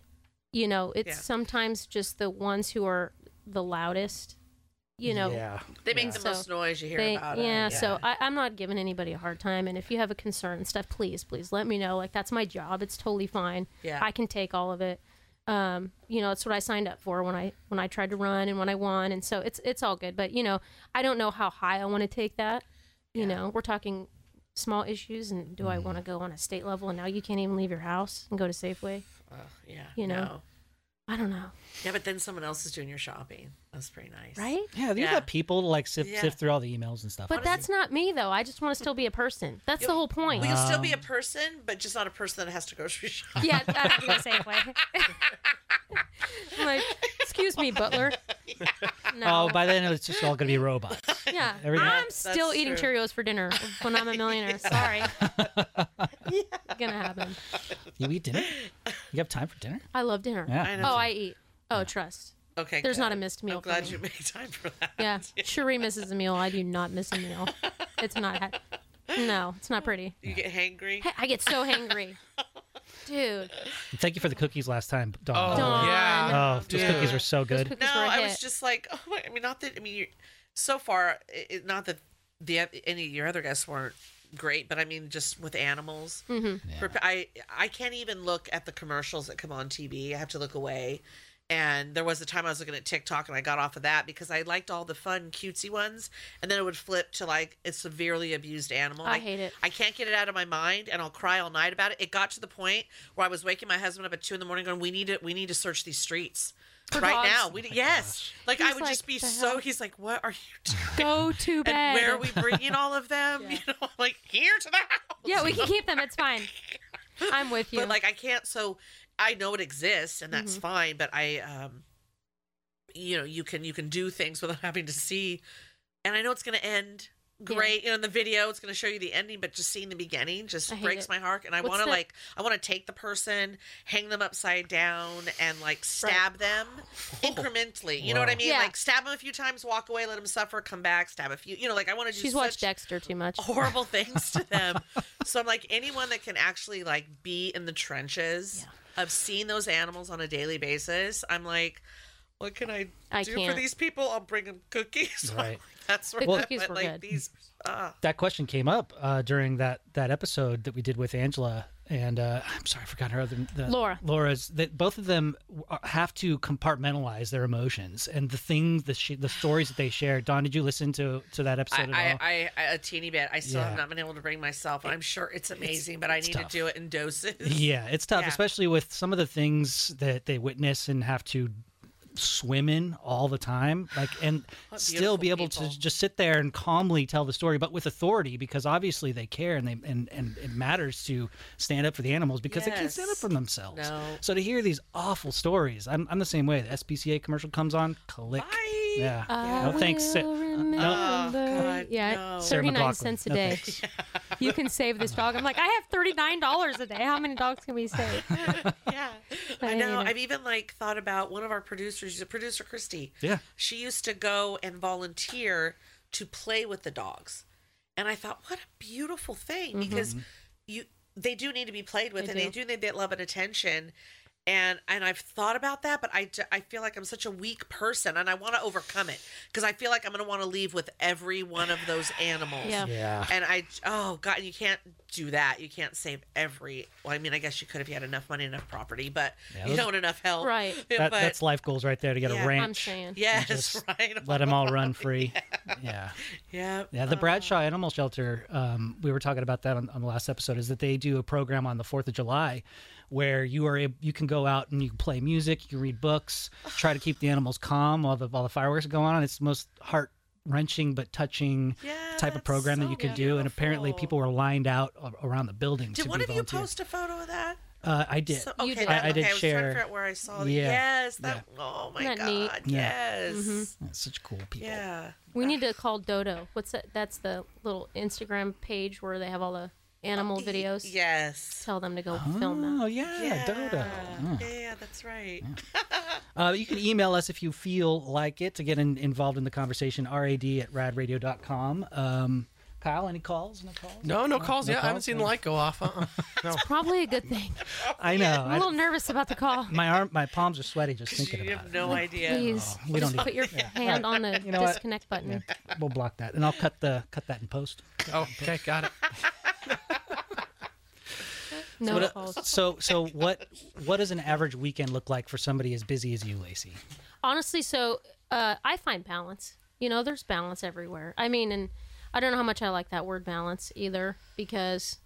[SPEAKER 2] You know, it's
[SPEAKER 3] Yeah.
[SPEAKER 2] sometimes just the ones who are the loudest. You know,
[SPEAKER 1] Yeah.
[SPEAKER 3] they make the
[SPEAKER 2] So,
[SPEAKER 3] most noise you hear
[SPEAKER 2] they-
[SPEAKER 3] about it.
[SPEAKER 2] yeah. So I, I'm not giving anybody a hard time, and if you have a concern and stuff, please, please let me know. Like that's my job. It's totally fine.
[SPEAKER 3] Yeah.
[SPEAKER 2] I can take all of it. Um, you know, it's what I signed up for when I when I tried to run and when I won, and so it's it's all good. But you know, I don't know how high I want to take that. You know, we're talking small issues, and do I want to go on a state level? And now you can't even leave your house and go to Safeway.
[SPEAKER 3] Ugh, yeah.
[SPEAKER 2] you know.
[SPEAKER 3] no.
[SPEAKER 2] I don't know,
[SPEAKER 3] Yeah, but then someone else is doing your shopping. That's pretty nice.
[SPEAKER 2] right?
[SPEAKER 1] Yeah, you
[SPEAKER 3] Yeah.
[SPEAKER 1] got people to like sift,
[SPEAKER 3] Yeah.
[SPEAKER 1] sift through all the emails and stuff.
[SPEAKER 2] But that's not me though. I just want to still be a person. That's the whole point.
[SPEAKER 3] Well, you'll still be a person, but just not a person that has to grocery shop.
[SPEAKER 2] Yeah, I have to go Safeway. I'm like, excuse me, butler. No.
[SPEAKER 1] Oh, by then it's just all gonna be robots.
[SPEAKER 2] yeah.
[SPEAKER 1] everything-
[SPEAKER 2] I'm still
[SPEAKER 3] That's
[SPEAKER 2] eating
[SPEAKER 3] true.
[SPEAKER 2] Cheerios for dinner when I'm a millionaire. Sorry. Gonna happen.
[SPEAKER 1] You eat dinner? You have time for dinner?
[SPEAKER 2] I love dinner.
[SPEAKER 1] Yeah.
[SPEAKER 3] I know.
[SPEAKER 2] Oh, I eat. Oh, trust.
[SPEAKER 3] Okay.
[SPEAKER 2] There's not
[SPEAKER 3] good.
[SPEAKER 2] a missed
[SPEAKER 3] I'm
[SPEAKER 2] meal for
[SPEAKER 3] glad
[SPEAKER 2] me.
[SPEAKER 3] you made time for that.
[SPEAKER 2] Yeah. Cherie misses a meal. I do not miss a meal. It's not. ha- No, it's not pretty.
[SPEAKER 3] You get hangry.
[SPEAKER 2] Hey, I get so hangry. Dude,
[SPEAKER 1] And thank you for the cookies last time, Dawn.
[SPEAKER 2] Dawn.
[SPEAKER 1] Oh,
[SPEAKER 4] yeah.
[SPEAKER 1] those
[SPEAKER 4] dude.
[SPEAKER 1] cookies were so
[SPEAKER 2] those
[SPEAKER 1] good.
[SPEAKER 2] cookies
[SPEAKER 3] No,
[SPEAKER 2] were a
[SPEAKER 3] I
[SPEAKER 2] hit.
[SPEAKER 3] was just like, oh my. I mean, not that. I mean, you so far, it, it- not that the oth- any of your other guests weren't great, but I mean, just with animals,
[SPEAKER 2] Mm-hmm.
[SPEAKER 3] For- I I can't even look at the commercials that come on TV. I have to look away. And there was a time I was looking at TikTok and I got off of that because I liked all the fun, cutesy ones. And then it would flip to like a severely abused animal.
[SPEAKER 2] I
[SPEAKER 3] Like,
[SPEAKER 2] hate it.
[SPEAKER 3] I can't get it out of my mind, and I'll cry all night about it. It got to the point where I was waking my husband up at two in the morning, going, "We need to, we need to search these streets
[SPEAKER 2] For
[SPEAKER 3] right
[SPEAKER 2] dogs.
[SPEAKER 3] now. We d- yes, like I
[SPEAKER 2] He's
[SPEAKER 3] would
[SPEAKER 2] like,
[SPEAKER 3] just be
[SPEAKER 2] "The
[SPEAKER 3] so.
[SPEAKER 2] hell?"
[SPEAKER 3] He's like, "What are you doing?
[SPEAKER 2] go to bed.
[SPEAKER 3] And where are we bringing all of them?
[SPEAKER 2] Yeah.
[SPEAKER 3] You know, I'm like here to the house.
[SPEAKER 2] Yeah, we can keep them. It's fine. I'm with you. Mm-hmm.
[SPEAKER 3] But like I can't. So I know it exists, and that's fine. But I, um, you know, you can you can do things without having to see. And I know it's going to end great. You know, in the video, it's going to show you the ending, but just seeing the beginning just
[SPEAKER 2] I hate
[SPEAKER 3] breaks
[SPEAKER 2] it.
[SPEAKER 3] my heart. And I
[SPEAKER 2] What's
[SPEAKER 3] want to
[SPEAKER 2] the-
[SPEAKER 3] like I want to take the person, hang them upside down, and like stab them incrementally. You know what I
[SPEAKER 1] Wow.
[SPEAKER 3] mean?
[SPEAKER 2] Yeah.
[SPEAKER 3] Like stab them a few times, walk away, let them suffer, come back, stab a few. You know, like I want to do.
[SPEAKER 2] She's
[SPEAKER 3] such Oh,
[SPEAKER 2] watched Dexter too much.
[SPEAKER 3] horrible things to them. so I'm like anyone that can actually like be in the trenches of seeing those animals on a daily basis, I'm like, what can I,
[SPEAKER 2] I
[SPEAKER 3] do for
[SPEAKER 2] can't.
[SPEAKER 3] these people? I'll bring them cookies.
[SPEAKER 1] Right.
[SPEAKER 3] That's right.
[SPEAKER 2] cookies
[SPEAKER 3] but
[SPEAKER 2] were
[SPEAKER 3] like
[SPEAKER 2] good.
[SPEAKER 3] these, uh,
[SPEAKER 1] that question came up uh, during that that episode that we did with Angela and uh, I'm sorry I forgot her other the,
[SPEAKER 2] Laura.
[SPEAKER 1] Laura's that both of them w- are- have to compartmentalize their emotions and the things the sh- the stories that they share. Don, did you listen to to that episode at all?
[SPEAKER 3] I, I, I, a teeny bit. I still
[SPEAKER 1] Yeah.
[SPEAKER 3] have not been able to bring myself. I'm sure it's amazing, but I need
[SPEAKER 1] tough.
[SPEAKER 3] to do it in doses.
[SPEAKER 1] yeah, it's tough,
[SPEAKER 3] Yeah.
[SPEAKER 1] especially with some of the things that they witness and have to swim in all the time like and
[SPEAKER 3] What
[SPEAKER 1] still be able
[SPEAKER 3] beautiful people.
[SPEAKER 1] to just sit there and calmly tell the story but with authority because obviously they care and they and and it matters to stand up for the animals because they can't stand up
[SPEAKER 3] Yes.
[SPEAKER 1] for themselves
[SPEAKER 3] No.
[SPEAKER 1] so to hear these awful stories i'm, I'm the same way the spca commercial comes on click
[SPEAKER 3] Bye. Uh,
[SPEAKER 1] yeah
[SPEAKER 2] I
[SPEAKER 1] no thanks Sa-
[SPEAKER 2] will
[SPEAKER 3] Oh,
[SPEAKER 2] remember.
[SPEAKER 3] God,
[SPEAKER 2] yeah,
[SPEAKER 3] no.
[SPEAKER 1] Sarah
[SPEAKER 2] 39
[SPEAKER 1] McLachlan.
[SPEAKER 2] cents a
[SPEAKER 1] No
[SPEAKER 2] day.
[SPEAKER 1] thanks.
[SPEAKER 2] you can save this dog. I'm like, I have $39 a day. How many dogs can we save?
[SPEAKER 3] yeah. I know.
[SPEAKER 2] Right.
[SPEAKER 3] I've even like thought about one of our producers, she's a producer Christy.
[SPEAKER 1] Yeah.
[SPEAKER 3] She used to go and volunteer to play with the dogs. And I thought, what a beautiful thing
[SPEAKER 1] Mm-hmm.
[SPEAKER 3] because you they do need to be played with
[SPEAKER 2] They
[SPEAKER 3] and they
[SPEAKER 2] do.
[SPEAKER 3] do need that love and attention. And and I've thought about that, but I, d- I feel like I'm such a weak person and I want to overcome it because I feel like I'm going to want to leave with every one of those animals.
[SPEAKER 2] Yeah.
[SPEAKER 1] yeah
[SPEAKER 3] And I, oh God, you can't do that. You can't save every. Well, I mean, I guess you could if you had enough money, enough property, but
[SPEAKER 1] Yeah,
[SPEAKER 3] you
[SPEAKER 1] those-
[SPEAKER 3] don't enough help.
[SPEAKER 2] Right.
[SPEAKER 3] Yeah,
[SPEAKER 1] that,
[SPEAKER 3] but
[SPEAKER 1] that's life goals right there to get
[SPEAKER 3] Yeah.
[SPEAKER 1] a
[SPEAKER 3] I'm
[SPEAKER 1] ranch
[SPEAKER 2] I'm saying.
[SPEAKER 3] yes,
[SPEAKER 1] just
[SPEAKER 3] right.
[SPEAKER 1] let them all run free yeah.
[SPEAKER 3] yeah.
[SPEAKER 1] Yeah, the Bradshaw Animal Shelter. Um, we were talking about that on, on the last episode. Is that they do a program on the Fourth of July, where you are ab- you can go out and you can play music, you can read books, try to keep the animals calm while the while the fireworks are going on. It's the most heart wrenching but touching
[SPEAKER 3] Yeah,
[SPEAKER 1] type of
[SPEAKER 3] that's
[SPEAKER 1] program that
[SPEAKER 3] so
[SPEAKER 1] you can do. And apparently,
[SPEAKER 3] beautiful.
[SPEAKER 1] people were lined out a- around the building.
[SPEAKER 3] Did
[SPEAKER 1] to
[SPEAKER 3] one
[SPEAKER 1] be
[SPEAKER 3] of you
[SPEAKER 1] volunteers.
[SPEAKER 3] post a photo of that?
[SPEAKER 1] Uh, I did.
[SPEAKER 3] So,
[SPEAKER 2] You
[SPEAKER 3] okay,
[SPEAKER 2] did.
[SPEAKER 3] That,
[SPEAKER 1] I- I did
[SPEAKER 3] okay, I was trying to
[SPEAKER 1] share.
[SPEAKER 3] figure out where I saw that.
[SPEAKER 1] Yeah.
[SPEAKER 3] Yes, that. Oh my
[SPEAKER 2] Isn't that neat? Mm-hmm.
[SPEAKER 3] God.
[SPEAKER 1] Yeah.
[SPEAKER 3] Yes.
[SPEAKER 1] That's such cool people.
[SPEAKER 3] Yeah.
[SPEAKER 2] We need to call Dodo. What's that? That's the little Instagram page where they have all the animal videos.
[SPEAKER 3] Yes.
[SPEAKER 2] Tell them to go film that.
[SPEAKER 1] Oh yeah, Dodo.
[SPEAKER 3] Yeah. yeah, that's right.
[SPEAKER 1] Uh, you can email us if you feel like it to get in, involved in the conversation. Rad at radradio.com. Um, Kyle, any calls? No calls.
[SPEAKER 4] No, no calls. yeah, I haven't
[SPEAKER 1] calls?
[SPEAKER 4] seen the light go off. Uh-uh. No.
[SPEAKER 2] Probably a good thing.
[SPEAKER 1] I know.
[SPEAKER 2] I'm a little
[SPEAKER 1] I,
[SPEAKER 2] nervous about the call.
[SPEAKER 1] my arm, my palms are sweaty just thinking
[SPEAKER 3] You
[SPEAKER 1] about
[SPEAKER 3] have
[SPEAKER 1] it.
[SPEAKER 3] no idea.
[SPEAKER 2] Please,
[SPEAKER 1] we
[SPEAKER 2] just
[SPEAKER 1] don't
[SPEAKER 2] put
[SPEAKER 1] need-
[SPEAKER 2] your hand on the
[SPEAKER 1] You know what?
[SPEAKER 2] disconnect button.
[SPEAKER 1] Yeah, we'll block that, and I'll cut the cut that in post.
[SPEAKER 4] Oh, okay, got it.
[SPEAKER 2] No
[SPEAKER 1] What-
[SPEAKER 2] calls.
[SPEAKER 1] so, so what what does an average weekend look like for somebody as busy as you, Lacey?
[SPEAKER 2] honestly so uh, i find balance you know there's balance everywhere i mean and i don't know how much i like that word balance either because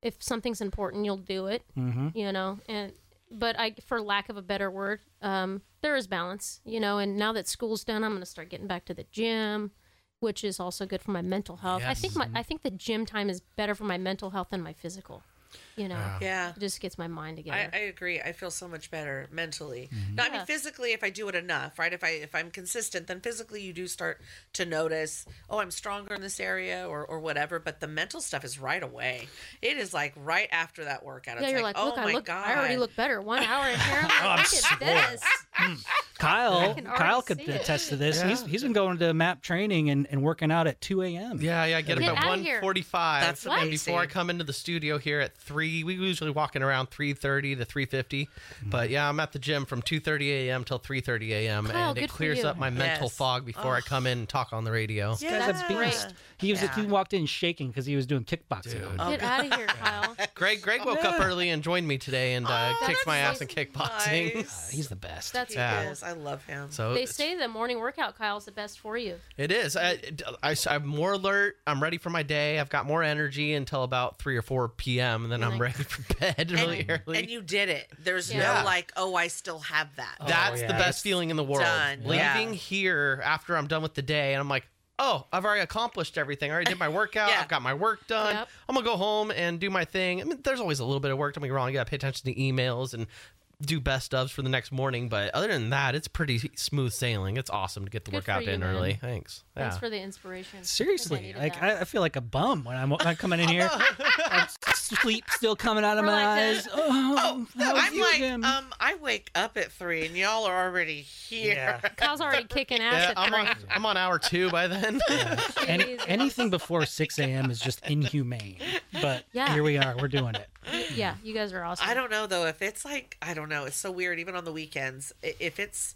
[SPEAKER 2] if something's important you'll do it
[SPEAKER 1] Mm-hmm.
[SPEAKER 2] you know and but i for lack of a better word um, there is balance you know and now that school's done i'm going to start getting back to the gym which is also good for my mental health i think my i think the gym time is better for my mental health than my physical you know
[SPEAKER 3] Yeah.
[SPEAKER 2] it just gets my mind together
[SPEAKER 3] I, I agree. I feel so much better mentally. No, I
[SPEAKER 2] Yeah.
[SPEAKER 3] mean physically. If I do it enough, right? If I if I'm consistent, then physically you do start to notice. Oh, I'm stronger in this area, or or whatever. But the mental stuff is right away. It is like right after that workout.
[SPEAKER 2] yeah,
[SPEAKER 3] it's
[SPEAKER 2] you're
[SPEAKER 3] like,
[SPEAKER 2] like,
[SPEAKER 3] oh
[SPEAKER 2] look,
[SPEAKER 3] my
[SPEAKER 2] I look,
[SPEAKER 3] god, Oh,
[SPEAKER 2] I already look better. One hour in here, I'm like, look at this.
[SPEAKER 1] Kyle,
[SPEAKER 2] can already
[SPEAKER 1] Kyle could
[SPEAKER 2] see it.
[SPEAKER 1] attest to this. He's he's been going to MAP training and, and working out at 2 a.m.
[SPEAKER 4] Yeah, yeah, I get up
[SPEAKER 2] Get
[SPEAKER 4] at
[SPEAKER 2] outta here.
[SPEAKER 4] 1.45.
[SPEAKER 3] That's
[SPEAKER 4] and
[SPEAKER 3] amazing.
[SPEAKER 4] before I come into the studio here at 3, we usually walking around 3.30 to 3.50. But yeah, I'm at the gym from 2.30 a.m. till 3.30 a.m.
[SPEAKER 2] Kyle,
[SPEAKER 4] and
[SPEAKER 2] good
[SPEAKER 4] it
[SPEAKER 2] for
[SPEAKER 4] clears
[SPEAKER 2] you.
[SPEAKER 4] up my mental
[SPEAKER 3] Yes.
[SPEAKER 4] fog before I come in and talk on the radio.
[SPEAKER 3] Yeah,
[SPEAKER 1] Guy's a
[SPEAKER 3] that's great.
[SPEAKER 1] beast. He was
[SPEAKER 3] Yeah.
[SPEAKER 1] he walked in shaking because he was doing kickboxing.
[SPEAKER 3] Oh,
[SPEAKER 1] Uh,
[SPEAKER 2] Get out of here, Kyle.
[SPEAKER 4] Greg Greg woke up early and joined me today and uh,
[SPEAKER 3] Oh,
[SPEAKER 4] kicked my ass
[SPEAKER 3] that's
[SPEAKER 4] in
[SPEAKER 3] nice.
[SPEAKER 4] kickboxing.
[SPEAKER 3] Nice.
[SPEAKER 1] Uh, He's the best.
[SPEAKER 2] That's
[SPEAKER 4] Yeah.
[SPEAKER 2] cool.
[SPEAKER 3] Yes, I love him.
[SPEAKER 4] So
[SPEAKER 2] They
[SPEAKER 4] it's-
[SPEAKER 2] say the morning workout, Kyle's the best for you.
[SPEAKER 4] It is. I, I, am more alert. I'm ready for my day. I've got more energy until about 3 or 4 p.m. And then I'm ready for bed really early.
[SPEAKER 3] and you did it. There's
[SPEAKER 4] Yeah.
[SPEAKER 3] no like, oh, I still have that.
[SPEAKER 2] Oh,
[SPEAKER 4] That's
[SPEAKER 1] yeah,
[SPEAKER 4] the
[SPEAKER 1] that's
[SPEAKER 4] best feeling in the world.
[SPEAKER 3] done. Yeah.
[SPEAKER 4] Leaving here after I'm done with the day and I'm like, oh, I've already accomplished everything. I already did my workout.
[SPEAKER 3] Yeah.
[SPEAKER 4] I've got my work done.
[SPEAKER 2] Yep.
[SPEAKER 4] I'm going to go home and do my thing. I mean, there's always a little bit of work. Don't get me wrong. You got to pay attention to emails and do best ofs for the next morning. But other than that, it's pretty smooth sailing. It's awesome to get the
[SPEAKER 2] Good for
[SPEAKER 4] workout
[SPEAKER 2] you,
[SPEAKER 4] in
[SPEAKER 2] man.
[SPEAKER 4] early. Thanks. Yeah.
[SPEAKER 2] Thanks for the inspiration.
[SPEAKER 1] Seriously,
[SPEAKER 2] needed
[SPEAKER 1] like
[SPEAKER 2] that.
[SPEAKER 1] I, I feel like a bum when I'm, when I'm coming in here. I'm s- sleep still coming out of
[SPEAKER 2] We're
[SPEAKER 1] my
[SPEAKER 2] like
[SPEAKER 1] eyes.
[SPEAKER 2] that.
[SPEAKER 1] Oh, how was
[SPEAKER 3] uh, I'm
[SPEAKER 1] you,
[SPEAKER 3] like,
[SPEAKER 1] Jim?
[SPEAKER 3] um, I wake up at three, and y'all are already here.
[SPEAKER 2] Kyle's already kicking
[SPEAKER 4] Yeah,
[SPEAKER 2] ass at
[SPEAKER 4] I'm
[SPEAKER 2] three.
[SPEAKER 4] on, I'm on hour two by then.
[SPEAKER 1] Any,
[SPEAKER 2] Jesus.
[SPEAKER 1] anything before 6 a.m. is just inhumane. But
[SPEAKER 2] Yeah.
[SPEAKER 3] Oh
[SPEAKER 1] here we are. We're doing it.
[SPEAKER 2] yeah, you guys are awesome.
[SPEAKER 3] I don't know though if it's like I don't know. It's so weird. Even on the weekends, I- if it's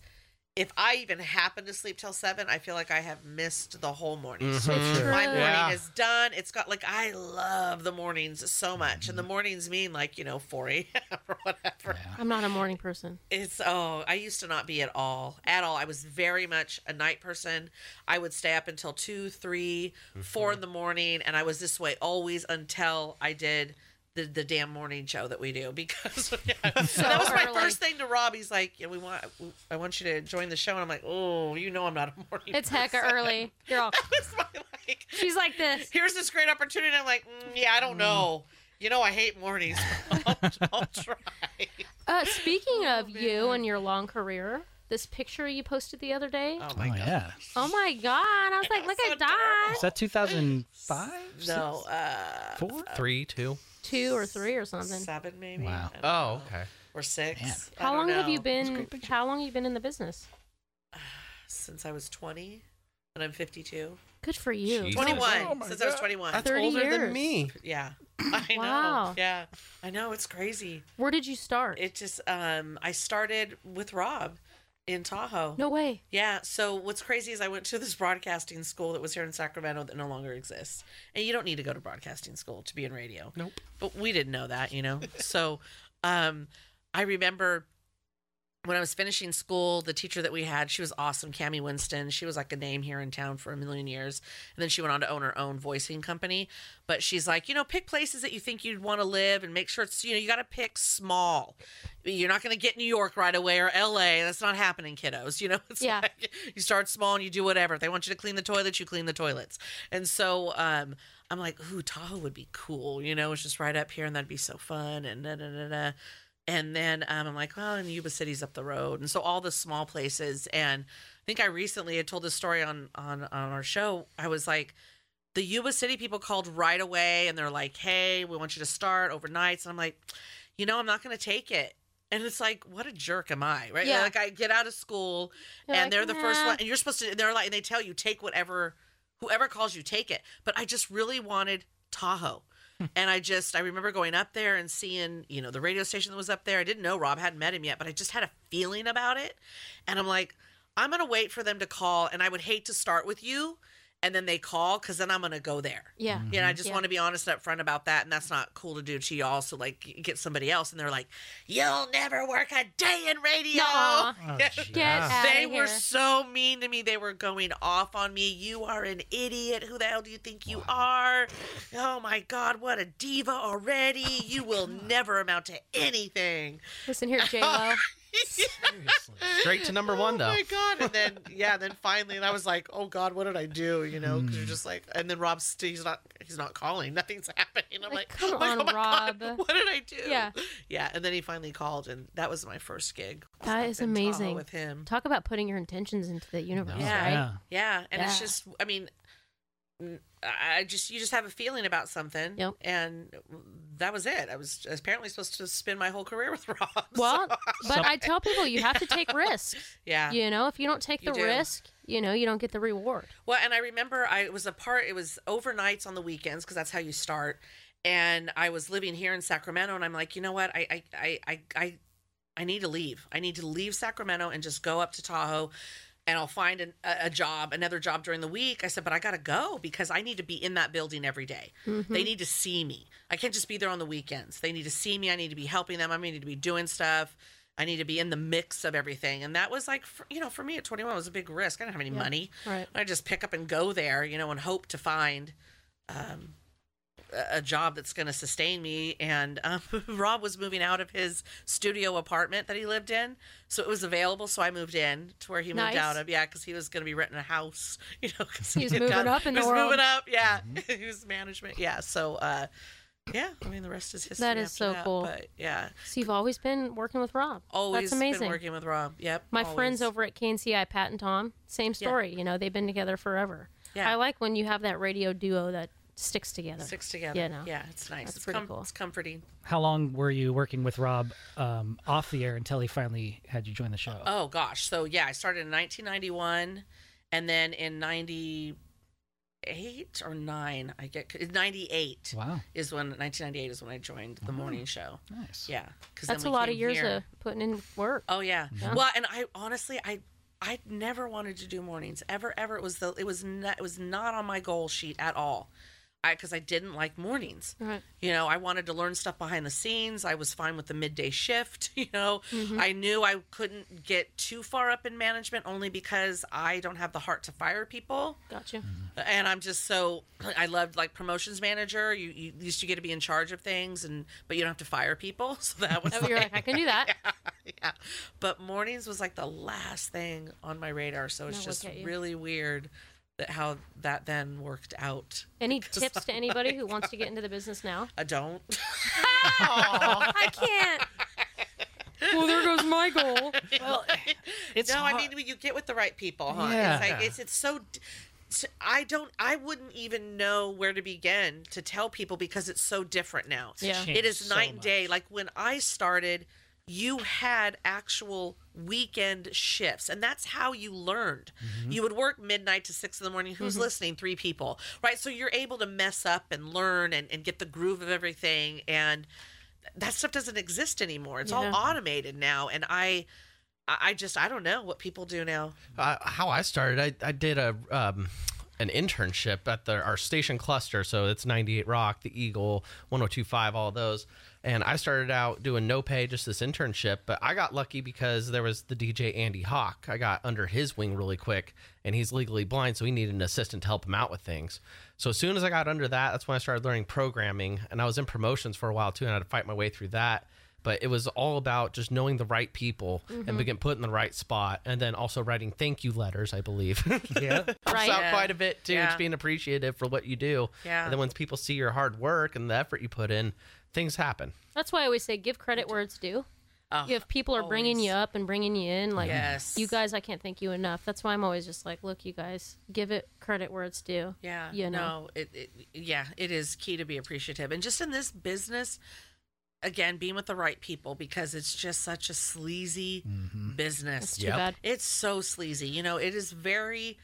[SPEAKER 3] if I even happen to sleep till seven, I feel like I have missed the whole morning. So
[SPEAKER 2] It's true.
[SPEAKER 3] my morning
[SPEAKER 4] Yeah.
[SPEAKER 3] is done. It's got like I love the mornings so much, and the mornings mean like you know four a.m. or whatever.
[SPEAKER 2] I'm not a morning person.
[SPEAKER 3] It's oh, I used to not be at all, at all. I was very much a night person. I would stay up until two, three, four in the morning, and I was this way always until I did the the damn morning show that we do because that was my
[SPEAKER 2] early.
[SPEAKER 3] first thing to Rob. He's like, yeah, we want, I want you to join the show, and I'm like, oh, you know, I'm not a morning.
[SPEAKER 2] It's hecka early. You're all.
[SPEAKER 3] It's my, like,
[SPEAKER 2] She's like this.
[SPEAKER 3] here's this great opportunity. I'm like, mm, yeah, I don't know. You know, I hate mornings. I'll, I'll try.
[SPEAKER 2] Uh, speaking
[SPEAKER 3] Oh,
[SPEAKER 2] of you and your long career, this picture you posted the other day.
[SPEAKER 3] Oh
[SPEAKER 1] Oh,
[SPEAKER 3] my god.
[SPEAKER 1] yeah.
[SPEAKER 2] Oh my god! I was like, look
[SPEAKER 3] so
[SPEAKER 2] at Don.
[SPEAKER 1] Is that 2005?
[SPEAKER 3] No, uh,
[SPEAKER 1] Six? Four?
[SPEAKER 4] Three, two.
[SPEAKER 2] Two or three or something.
[SPEAKER 3] Seven, maybe.
[SPEAKER 1] Wow.
[SPEAKER 3] I don't know.
[SPEAKER 4] Oh, okay.
[SPEAKER 3] Or six.
[SPEAKER 1] Man.
[SPEAKER 3] I
[SPEAKER 2] How
[SPEAKER 3] don't
[SPEAKER 2] long have you
[SPEAKER 3] know.
[SPEAKER 2] been? How long you been in the business?
[SPEAKER 3] Since I was 20, and I'm 52.
[SPEAKER 2] Good for you.
[SPEAKER 4] Jeez.
[SPEAKER 3] 21.
[SPEAKER 4] Oh my
[SPEAKER 3] since I was
[SPEAKER 4] God.
[SPEAKER 3] 21.
[SPEAKER 4] That's
[SPEAKER 2] 30
[SPEAKER 4] older
[SPEAKER 2] years.
[SPEAKER 4] than me.
[SPEAKER 3] yeah. I
[SPEAKER 2] Wow.
[SPEAKER 3] know. Yeah. I know. It's crazy.
[SPEAKER 2] Where did you start?
[SPEAKER 3] It just, um, I started with Rob in Tahoe.
[SPEAKER 2] no way.
[SPEAKER 3] Yeah. So what's crazy is I went to this broadcasting school that was here in Sacramento that no longer exists. And you don't need to go to broadcasting school to be in radio.
[SPEAKER 4] Nope.
[SPEAKER 3] But we didn't know that, you know. so um I remember when I was finishing school, the teacher that we had, she was awesome, Cami Winston. She was like a name here in town for a million years. And then she went on to own her own voicing company. But she's like, you know, pick places that you think you'd want to live and make sure it's, you know, you got to pick small. You're not going to get New York right away or LA. That's not happening, kiddos. You know, it's
[SPEAKER 2] Yeah.
[SPEAKER 3] like you start small and you do whatever. If they want you to clean the toilets, you clean the toilets. And so, um, I'm like, ooh, Tahoe would be cool. You know, it's just right up here and that'd be so fun. And da da da da. And then um, I'm like, well, and Yuba City's up the road, and so all the small places. And I think I recently had told this story on on on our show. I was like, the Yuba City people called right away, and they're like, hey, we want you to start overnights. And I'm like, you know, I'm not going to take it. And it's like, what a jerk am I, right?
[SPEAKER 2] Yeah.
[SPEAKER 3] Like I get out of school,
[SPEAKER 2] You're
[SPEAKER 3] and
[SPEAKER 2] like,
[SPEAKER 3] they're the first
[SPEAKER 2] "Nah."
[SPEAKER 3] one, and you're supposed to. And they're like, and they tell you take whatever, whoever calls you, take it. But I just really wanted Tahoe.
[SPEAKER 2] Hmm.
[SPEAKER 3] And I just, I remember going up there and seeing, you know, the radio station that was up there. I didn't know Rob hadn't met him yet, but I just had a feeling about it. And I'm like, I'm going to wait for them to call. And I would hate to start with you and then they call because then I'm going to go there.
[SPEAKER 2] Yeah. Mm-hmm.
[SPEAKER 3] Yeah, and I just
[SPEAKER 2] Yeah.
[SPEAKER 3] want to be honest and upfront about that, and that's not cool to do to y'all. So like, y- get somebody else, and they're like, "You'll never work a day in radio."
[SPEAKER 2] Nuh-uh.
[SPEAKER 1] Oh,
[SPEAKER 3] Yeah.
[SPEAKER 1] gee.
[SPEAKER 2] Get out
[SPEAKER 3] They
[SPEAKER 2] of
[SPEAKER 3] were
[SPEAKER 2] here.
[SPEAKER 3] so mean to me. They were going off on me. You are an idiot. Who the hell do you think you are? Oh my God, what a diva already. You will never amount to anything.
[SPEAKER 2] Listen here, J Lo.
[SPEAKER 1] Seriously.
[SPEAKER 4] Straight to number one,
[SPEAKER 3] Oh
[SPEAKER 4] though.
[SPEAKER 3] my god! And then yeah, then finally, and I was like, oh god, what did I do? You know, because you're
[SPEAKER 4] Hmm.
[SPEAKER 3] just like, and then Rob's st- he's not he's not calling, nothing's happening.
[SPEAKER 2] Like,
[SPEAKER 3] I'm like,
[SPEAKER 2] come
[SPEAKER 3] I'm like,
[SPEAKER 2] on,
[SPEAKER 3] oh my God,
[SPEAKER 2] Rob."
[SPEAKER 3] what did I do?
[SPEAKER 2] Yeah.
[SPEAKER 3] yeah. And then he finally called, and that was my first gig.
[SPEAKER 2] That is
[SPEAKER 3] in Tahoe
[SPEAKER 2] amazing.
[SPEAKER 3] with him.
[SPEAKER 2] Talk about putting your intentions into the universe.
[SPEAKER 1] No.
[SPEAKER 3] Yeah.
[SPEAKER 2] right?
[SPEAKER 1] Yeah.
[SPEAKER 3] Yeah, and it's
[SPEAKER 2] Yeah.
[SPEAKER 3] just, I mean, n- I just you just have a feeling about something.
[SPEAKER 2] Yep.
[SPEAKER 3] And that was it. I was apparently supposed to spend my whole career with Rob.
[SPEAKER 2] Well,
[SPEAKER 3] so-
[SPEAKER 2] but I tell people you have to take risks.
[SPEAKER 3] yeah.
[SPEAKER 2] You know, if you don't take
[SPEAKER 3] You
[SPEAKER 2] the
[SPEAKER 3] do.
[SPEAKER 2] risk, you know, you don't get the reward.
[SPEAKER 3] Well, and I remember I it was a part. It was overnights on the weekends because that's how you start. And I was living here in Sacramento, and I'm like, you know what? I I I I I, I need to leave. I need to leave Sacramento and just go up to Tahoe. And I'll find an, a a job, another job during the week. I said, but I gotta go because I need to be in that building every day.
[SPEAKER 2] Mm-hmm.
[SPEAKER 3] They need to see me. I can't just be there on the weekends. They need to see me. I need to be helping them. I need to be doing stuff. I need to be in the mix of everything. And that was like, for, you know, for me at 21, it was a big risk. I didn't have any money.
[SPEAKER 2] Right.
[SPEAKER 3] I just pick up and go there, you know, and hope to find um, a- a job that's going to sustain me. And um, Rob was moving out of his studio apartment that he lived in, so it was available. So I moved in to where he moved
[SPEAKER 2] Nice.
[SPEAKER 3] out of, yeah, because he was going to be renting a house, you know, because
[SPEAKER 2] He was moving up in the
[SPEAKER 3] he was
[SPEAKER 2] world.
[SPEAKER 3] moving up, yeah. he was management, yeah. So, uh, yeah, I mean, the rest is history.
[SPEAKER 2] That is
[SPEAKER 3] after
[SPEAKER 2] so cool.
[SPEAKER 3] But yeah,
[SPEAKER 2] So you've always been working with Rob.
[SPEAKER 3] always
[SPEAKER 2] That's amazing.
[SPEAKER 3] been working with Rob. Yep,
[SPEAKER 2] My
[SPEAKER 3] always.
[SPEAKER 2] friends over at KNCI, Pat and Tom, same
[SPEAKER 3] Yeah.
[SPEAKER 2] story. You know, they've been together forever.
[SPEAKER 3] Yeah.
[SPEAKER 2] I like when you have that radio duo that sticks together.
[SPEAKER 3] sticks together.
[SPEAKER 2] You know.
[SPEAKER 3] Yeah, it's nice.
[SPEAKER 2] That's
[SPEAKER 3] it's
[SPEAKER 2] pretty
[SPEAKER 3] com-
[SPEAKER 2] cool.
[SPEAKER 3] It's comforting.
[SPEAKER 1] How long were you working with Rob um, off the air until he finally had you join the show?
[SPEAKER 3] Oh gosh. So yeah, I started in 1991 and then in 90 eight or nine. I get ninety eight
[SPEAKER 1] Wow.
[SPEAKER 3] is when nineteen ninety eight is when I joined the morning show.
[SPEAKER 1] Nice.
[SPEAKER 3] Yeah, because
[SPEAKER 2] That's a lot of years of putting in work.
[SPEAKER 3] Oh yeah. Well, and I honestly, I I never wanted to do mornings ever, ever. It was the it was not it was not on my goal sheet at all. I because I didn't like mornings.
[SPEAKER 2] Right.
[SPEAKER 3] You know, I wanted to learn stuff behind the scenes. I was fine with the midday shift. You know, I knew I couldn't get too far up in management only because I don't have the heart to fire people
[SPEAKER 2] Gotcha.
[SPEAKER 3] and I'm just so I loved like promotions manager. You, you used to get to be in charge of things, and but you don't have to fire people. So that was
[SPEAKER 2] Oh, you're like, I can do that.
[SPEAKER 3] yeah. But mornings was like the last thing on my radar, so it's
[SPEAKER 2] No, look
[SPEAKER 3] just
[SPEAKER 2] at you.
[SPEAKER 3] really weird that how that then worked out.
[SPEAKER 2] Any tips to anybody who wants to get into the business now?
[SPEAKER 3] I don't.
[SPEAKER 2] I can't. Well, there goes my goal.
[SPEAKER 1] It's
[SPEAKER 3] no, I
[SPEAKER 1] hard-
[SPEAKER 3] mean you get with the right people, huh?
[SPEAKER 1] Yeah.
[SPEAKER 3] It's like it's it's so. d- so I don't. I wouldn't even know where to begin to tell people because it's so different now.
[SPEAKER 2] Yeah.
[SPEAKER 1] changed
[SPEAKER 3] it is
[SPEAKER 1] so
[SPEAKER 3] night and day.
[SPEAKER 1] much.
[SPEAKER 3] Like when I started, you had actual weekend shifts, and that's how you learned. You would work midnight to six in the morning. Who's listening? Three people, right? So you're able to mess up and learn and, and get the groove of everything. And that stuff doesn't exist anymore. It's
[SPEAKER 2] Yeah.
[SPEAKER 3] all automated now. And I, I I just I don't know what people do now.
[SPEAKER 4] uh, how I started, I, I did a um, an internship at the our station cluster. So it's 98 Rock, the Eagle, 1025, all those. And I started out doing no pay, just this internship. But I got lucky because there was the DJ Andy Hawk. I got under his wing really quick, and he's legally blind, so he needed an assistant to help him out with things. So as soon as I got under that, that's when I started learning programming, and I was in promotions for a while too, and I had to fight my way through that but it was all about just knowing the right people and being put in the right spot and then also writing thank you letters i believe
[SPEAKER 1] Yeah.
[SPEAKER 2] Right.
[SPEAKER 4] Helps out
[SPEAKER 3] Yeah.
[SPEAKER 4] quite a bit too
[SPEAKER 3] Yeah.
[SPEAKER 4] just being appreciative for what you do
[SPEAKER 3] Yeah.
[SPEAKER 4] and then once people see your hard work and the effort you put in things happen
[SPEAKER 2] That's why I always say give credit where it's due.
[SPEAKER 3] Oh,
[SPEAKER 2] If people are bringing
[SPEAKER 3] always.
[SPEAKER 2] you up and bringing you in, like
[SPEAKER 3] Yes.
[SPEAKER 2] you guys, I can't thank you enough. That's why I'm always just like, look, you guys, give it credit where it's due.
[SPEAKER 3] Yeah.
[SPEAKER 2] You know.
[SPEAKER 3] No, it, it yeah, it is key to be appreciative. And just in this business, again, being with the right people because it's just such a sleazy
[SPEAKER 1] Mm-hmm.
[SPEAKER 2] It's
[SPEAKER 3] business.
[SPEAKER 2] too
[SPEAKER 4] Yep.
[SPEAKER 2] bad.
[SPEAKER 3] It's so sleazy. You know, it is very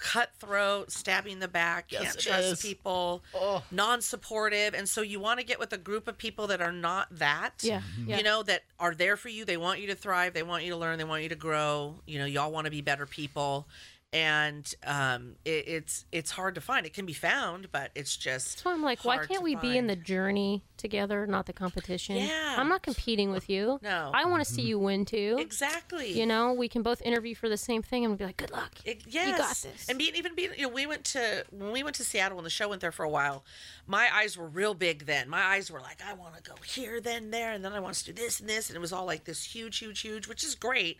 [SPEAKER 3] cutthroat, stabbing the back, can't
[SPEAKER 4] Yes, it
[SPEAKER 3] trust
[SPEAKER 4] is.
[SPEAKER 3] people,
[SPEAKER 4] Oh.
[SPEAKER 3] non-supportive. And so you want to get with a group of people that are not that.
[SPEAKER 2] Yeah. Yeah.
[SPEAKER 3] You know, that are there for you. They want you to thrive. They want you to learn. They want you to grow. You know, y'all want to be better people. And um, it, it's it's hard to find. It can be found, but it's just.
[SPEAKER 2] That's why I'm like, why
[SPEAKER 3] hard
[SPEAKER 2] can't
[SPEAKER 3] to
[SPEAKER 2] we be in
[SPEAKER 3] find.
[SPEAKER 2] the journey together, not the competition?
[SPEAKER 3] Yeah.
[SPEAKER 2] I'm not competing with you.
[SPEAKER 3] No.
[SPEAKER 2] I want to see you win too.
[SPEAKER 3] Exactly.
[SPEAKER 2] You know, we can both interview for the same thing and be like, good luck.
[SPEAKER 3] It, yes.
[SPEAKER 2] this.
[SPEAKER 3] And being even being, you know, we went to when we went to Seattle when the show went there for a while. My eyes were real big then. My eyes were like, I want to go here, then there, and then I want to do this and this, and it was all like this huge, huge, huge, which is great.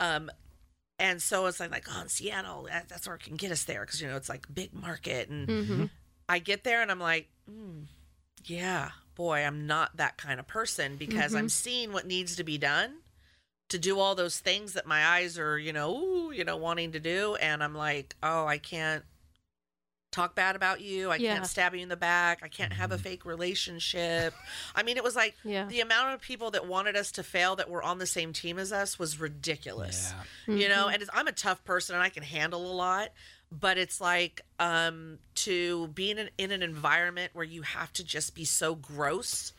[SPEAKER 3] Um, and so it's like, like oh, in Seattle, that, that's where it can get us there because you know it's like big market, and
[SPEAKER 2] mm-hmm.
[SPEAKER 3] I get there and I'm like, mm, yeah, boy, I'm not that kind of person because
[SPEAKER 2] Mm-hmm.
[SPEAKER 3] I'm seeing what needs to be done to do all those things that my eyes are, you know, ooh, you know, wanting to do, and I'm like, oh, I can't talk bad about you. I
[SPEAKER 2] Yeah.
[SPEAKER 3] can't stab you in the back. I can't have a fake relationship. I mean, it was like
[SPEAKER 2] Yeah.
[SPEAKER 3] the amount of people that wanted us to fail that were on the same team as us was ridiculous
[SPEAKER 1] Yeah.
[SPEAKER 3] you know
[SPEAKER 2] Mm-hmm.
[SPEAKER 3] and it's, i'm a tough person and i can handle a lot but it's like um to be in an, in an environment where you have to just be so gross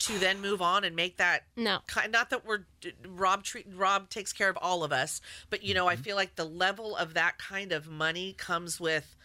[SPEAKER 3] to then move on and make that
[SPEAKER 2] No.
[SPEAKER 3] ki- not that we're rob treat rob takes care of all of us but you know
[SPEAKER 2] Mm-hmm.
[SPEAKER 3] i feel like the level of that kind of money comes with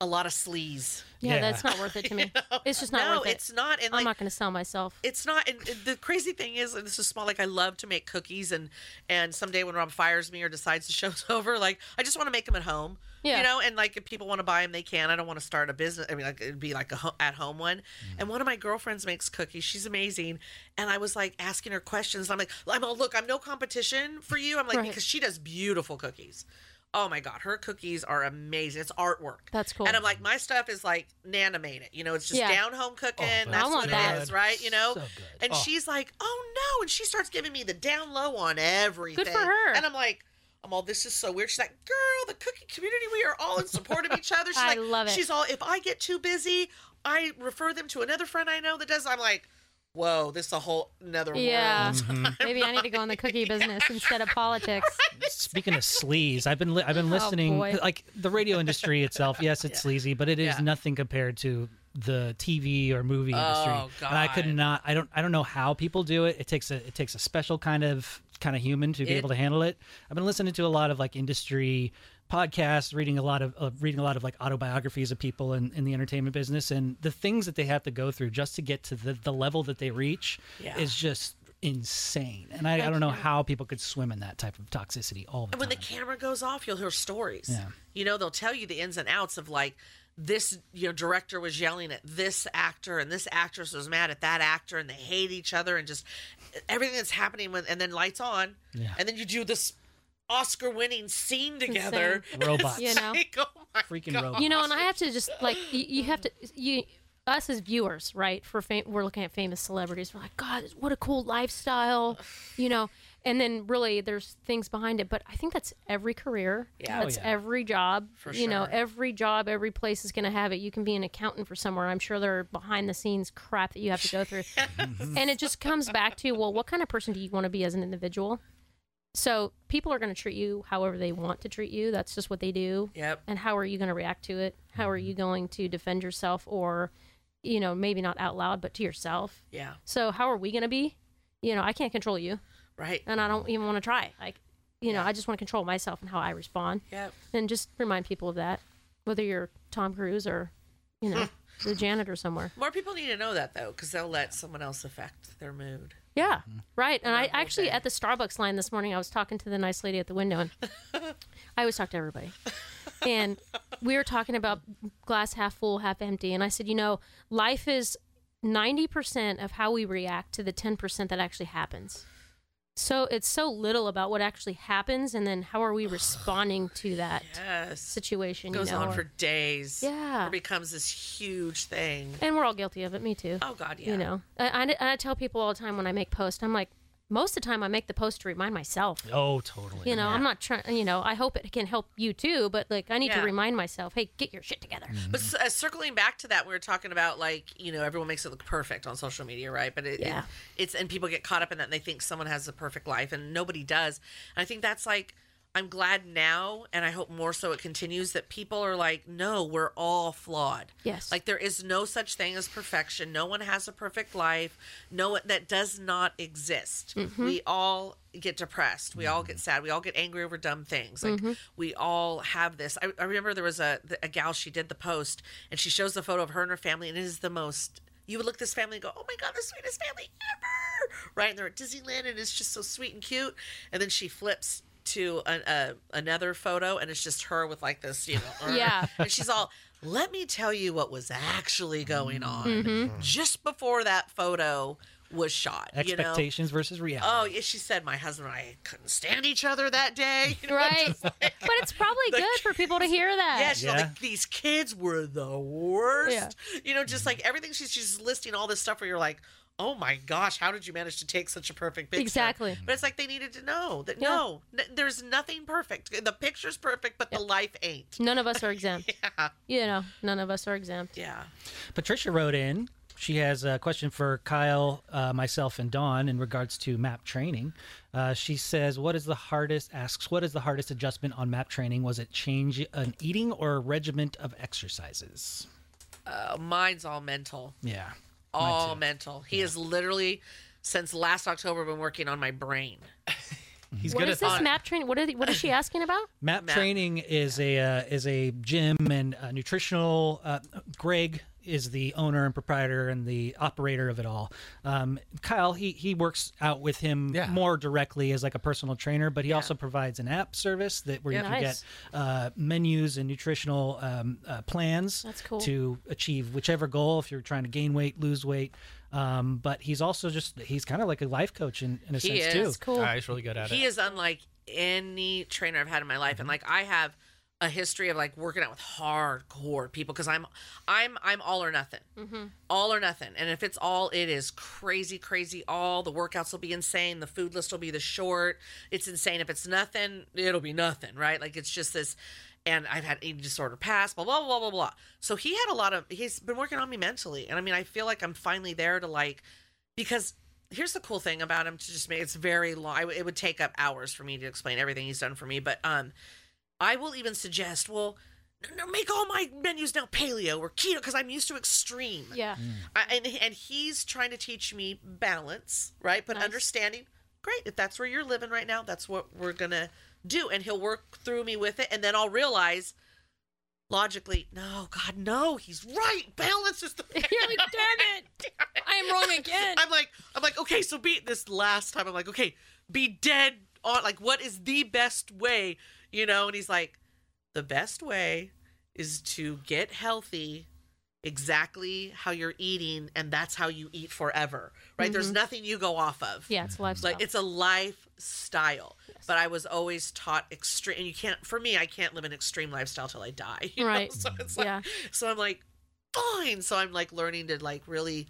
[SPEAKER 3] a lot of sleaze
[SPEAKER 2] Yeah,
[SPEAKER 1] Yeah.
[SPEAKER 2] that's not worth it to me. It's just not
[SPEAKER 3] no
[SPEAKER 2] worth it.
[SPEAKER 3] it's not and
[SPEAKER 2] I'm
[SPEAKER 3] like
[SPEAKER 2] not going to sell myself.
[SPEAKER 3] it's not and and the crazy thing is and this is small like i love to make cookies and and someday when rob fires me or decides the show's over like i just want to make them at home
[SPEAKER 2] Yeah.
[SPEAKER 3] you know and like if people want to buy them they can i don't want to start a business i mean like it'd be like a ho- at home one
[SPEAKER 2] Mm.
[SPEAKER 3] and one of my girlfriends makes cookies she's amazing and i was like asking her questions i'm like i'm all look i'm no competition for you i'm like
[SPEAKER 2] Right.
[SPEAKER 3] because she does beautiful cookies Oh my God, her cookies are amazing. It's artwork.
[SPEAKER 2] That's cool.
[SPEAKER 3] And I'm like, my stuff is like nanimated. You know, it's just
[SPEAKER 2] Yeah.
[SPEAKER 3] down home cooking.
[SPEAKER 4] Oh, that's
[SPEAKER 3] That's
[SPEAKER 2] I want
[SPEAKER 3] what
[SPEAKER 2] that.
[SPEAKER 3] it is, right? You know?
[SPEAKER 1] Oh, So good.
[SPEAKER 3] And
[SPEAKER 4] Oh.
[SPEAKER 3] she's like, "Oh no!" And she starts giving me the down low on everything.
[SPEAKER 2] her.
[SPEAKER 3] And I'm like, "I'm all this is so weird." She's like, "Girl, the cookie community, we are all in support of each other." She's
[SPEAKER 2] I
[SPEAKER 3] like,
[SPEAKER 2] love it.
[SPEAKER 3] She's all, "If I get too busy, I refer them to another friend I know that does." I'm like, whoa, this is a whole another
[SPEAKER 2] Yeah.
[SPEAKER 3] world.
[SPEAKER 2] Maybe I need to go in the cookie business instead of politics.
[SPEAKER 1] Speaking of sleaze, I've been li- I've been listening
[SPEAKER 2] boy.
[SPEAKER 1] like the radio industry itself. Yes, it's sleazy, but it is
[SPEAKER 3] Oh, Yeah.
[SPEAKER 1] nothing compared to the TV or movie industry.
[SPEAKER 3] Oh,
[SPEAKER 1] And I could
[SPEAKER 3] God.
[SPEAKER 1] not. I don't. I don't know how people do it. It takes a it takes a special kind of kind of human to be
[SPEAKER 3] It-
[SPEAKER 1] able to handle it. I've been listening to a lot of like industry podcasts, reading a lot of uh, reading a lot of like autobiographies of people in, in the entertainment business, and the things that they have to go through just to get to the, the level that they reach
[SPEAKER 3] Yeah.
[SPEAKER 1] is just insane. And I, I don't know how people could swim in that type of toxicity all the
[SPEAKER 3] And when the
[SPEAKER 1] time.
[SPEAKER 3] camera goes off, you'll hear stories.
[SPEAKER 1] Yeah.
[SPEAKER 3] You know, they'll tell you the ins and outs of like this, you know, director was yelling at this actor and this actress was mad at that actor and they hate each other and just everything that's happening when and then lights on.
[SPEAKER 1] Yeah.
[SPEAKER 3] And then you do this Oscar winning scene together.
[SPEAKER 1] Robots.
[SPEAKER 2] You know?
[SPEAKER 3] Like, oh my
[SPEAKER 1] Freaking
[SPEAKER 3] God.
[SPEAKER 1] robots.
[SPEAKER 2] you know, and I have to just like you, you have to you us as viewers, right? For fam- we're looking at famous celebrities. We're like, God, what a cool lifestyle, you know. And then really, there's things behind it. But I think that's every career.
[SPEAKER 3] Yeah. Oh,
[SPEAKER 2] that's
[SPEAKER 1] yeah.
[SPEAKER 2] every job.
[SPEAKER 3] For
[SPEAKER 2] you know,
[SPEAKER 3] sure.
[SPEAKER 2] every job, every place is going to have it. You can be an accountant for somewhere. I'm sure there are behind the scenes crap that you have to go through. and it just comes back to well, what kind of person do you want to be as an individual? So people are going to treat you however they want to treat you. That's just what they do
[SPEAKER 3] Yep.
[SPEAKER 2] and how are you going to react to it how are you going to defend yourself or you know maybe not out loud but to yourself
[SPEAKER 3] Yeah.
[SPEAKER 2] so how are we going to be you know i can't control you
[SPEAKER 3] Right.
[SPEAKER 2] and i don't even want to try like you know i just want to control myself and how i respond
[SPEAKER 3] Yep.
[SPEAKER 2] and just remind people of that whether you're tom cruise or you know the janitor somewhere
[SPEAKER 3] More people need to know that though, because they'll let someone else affect their mood.
[SPEAKER 2] Yeah,
[SPEAKER 3] Mm-hmm.
[SPEAKER 2] right. And I
[SPEAKER 3] That whole
[SPEAKER 2] actually
[SPEAKER 3] thing.
[SPEAKER 2] at the Starbucks line this morning, I was talking to the nice lady at the window, and I always talk to everybody. And we were talking about glass half full, half empty, and I said, you know, life is ninety percent of how we react to the ten percent that actually happens. So it's so little about what actually happens, and then how are we responding to that
[SPEAKER 3] Yes.
[SPEAKER 2] situation?
[SPEAKER 3] Goes
[SPEAKER 2] you know,
[SPEAKER 3] on
[SPEAKER 2] or-
[SPEAKER 3] for days.
[SPEAKER 2] Yeah.
[SPEAKER 3] It becomes this huge thing.
[SPEAKER 2] and we're all guilty of it. Me too.
[SPEAKER 3] Oh God, yeah.
[SPEAKER 2] You know, I, I, and I tell people all the time when I make posts, I'm like, most of the time I make the post to remind myself.
[SPEAKER 1] oh, totally.
[SPEAKER 2] You know, I'm not trying. You know, I hope it can help you too, but like, I need
[SPEAKER 3] Yeah.
[SPEAKER 2] to remind myself, hey, get your shit together.
[SPEAKER 3] But s- uh, circling back to that, we were talking about like you know everyone makes it look perfect on social media, right? But it, it-
[SPEAKER 2] Yeah.
[SPEAKER 3] it's and people get caught up in that and they think someone has a perfect life and nobody does. And I think that's like I'm glad now, and I hope more so it continues that people are like, no, we're all flawed.
[SPEAKER 2] Yes.
[SPEAKER 3] like there is no such thing as perfection. No one has a perfect life. No one that does not exist. We all get depressed. We all get sad. We all get angry over dumb things. Like we all have this. I, I remember there was a the- a gal. She did the post, and she shows the photo of her and her family, and it is the most. You would look at this family and go, "Oh my god, the sweetest family ever!" Right? And they're at Disneyland, and it's just so sweet and cute. And then she flips to an, uh, another photo, and it's just her with like this, you know,
[SPEAKER 2] Yeah.
[SPEAKER 3] and she's all, let me tell you what was actually going on
[SPEAKER 2] Mm-hmm.
[SPEAKER 3] just before that photo was shot. You know?
[SPEAKER 1] Expectations versus
[SPEAKER 3] Oh,
[SPEAKER 1] reality.
[SPEAKER 3] yeah, she said my husband and I couldn't stand each other that day. You know,
[SPEAKER 2] Right.
[SPEAKER 3] just like-
[SPEAKER 2] but it's probably good for people to hear that.
[SPEAKER 3] yeah, she's all
[SPEAKER 1] Yeah.
[SPEAKER 3] like, these kids were the worst. You know, just like everything she's she's listing all this stuff where you're like, oh my gosh, how did you manage to take such a perfect picture?
[SPEAKER 2] Exactly.
[SPEAKER 3] But it's like they needed to know that
[SPEAKER 2] Yeah.
[SPEAKER 3] no, n- there's nothing perfect. The picture's perfect, but the life ain't.
[SPEAKER 2] None of us are exempt.
[SPEAKER 3] Yeah.
[SPEAKER 2] You know, none of us are exempt.
[SPEAKER 3] Yeah.
[SPEAKER 2] Oh.
[SPEAKER 1] Patricia wrote in. She has a question for Kyle, uh, myself, and Dawn in regards to map training. Uh, she says, "What is the hardest?" Asks, "What is the hardest adjustment on map training? Was it change an eating or a regiment of exercises?"
[SPEAKER 3] Uh, mine's all mental.
[SPEAKER 1] Yeah. Mine
[SPEAKER 3] all
[SPEAKER 1] too.
[SPEAKER 3] mental. He has literally since last October been working on my brain.
[SPEAKER 4] He's
[SPEAKER 2] What
[SPEAKER 4] good
[SPEAKER 2] is
[SPEAKER 4] at
[SPEAKER 2] this map train? What, are the, what is she asking about?
[SPEAKER 1] Map,
[SPEAKER 3] Map.
[SPEAKER 1] training is a uh, is a gym and uh, nutritional. Uh, Greg is the owner and proprietor and the operator of it all. Um, Kyle he he works out with him
[SPEAKER 4] Yeah.
[SPEAKER 1] more directly as like a personal trainer, but he also provides an app service that where you
[SPEAKER 2] Yeah. Nice.
[SPEAKER 1] can get uh, menus and nutritional um, uh, plans
[SPEAKER 2] That's cool.
[SPEAKER 1] to achieve whichever goal if you're trying to gain weight, lose weight. Um, but he's also just he's kind of like a life coach in, in a
[SPEAKER 3] He
[SPEAKER 1] sense
[SPEAKER 3] is.
[SPEAKER 1] too.
[SPEAKER 2] That's cool.
[SPEAKER 4] Ah, he's really good at
[SPEAKER 3] He
[SPEAKER 4] it.
[SPEAKER 3] is unlike any trainer I've had in my life, and like
[SPEAKER 1] Mm-hmm.
[SPEAKER 3] I have a history of like working out with hardcore people because I'm I'm I'm all or nothing,
[SPEAKER 2] Mm-hmm.
[SPEAKER 3] all or nothing, and if it's all, it is crazy, crazy. All the workouts will be insane. The food list will be the short. It's insane. If it's nothing, it'll be nothing, right? Like it's just this. And I've had eating disorder past, blah blah blah blah blah. So he had a lot of. He's been working on me mentally, and I mean, I feel like I'm finally there to like because here's the cool thing about him to just make it's very long. I w it would take up hours for me to explain everything he's done for me, but um, I will even suggest well. n- No, make all my menus now paleo or keto because I'm used to extreme.
[SPEAKER 2] Yeah.
[SPEAKER 3] I, and, and he's trying to teach me balance, right? But
[SPEAKER 2] Nice.
[SPEAKER 3] understanding, great, if that's where you're living right now, that's what we're going to do. And he'll work through me with it. And then I'll realize logically, no, God, no, he's right. Balance is the
[SPEAKER 2] You're like, damn it. I am wrong again.
[SPEAKER 3] I'm like, I'm like, okay, so be this last time. I'm like, okay, be dead on. Like, what is the best way? You know? And he's like, the best way is to get healthy exactly how you're eating and that's how you eat forever right there's nothing you go off of
[SPEAKER 2] Mm-hmm. yeah, it's lifestyle.
[SPEAKER 3] like it's a lifestyle but i was always taught extreme and you can't for me i can't live an extreme lifestyle till i die you know?
[SPEAKER 2] Right. Mm-hmm.
[SPEAKER 3] so it's like
[SPEAKER 2] Yeah.
[SPEAKER 3] so i'm like fine so i'm like learning to like really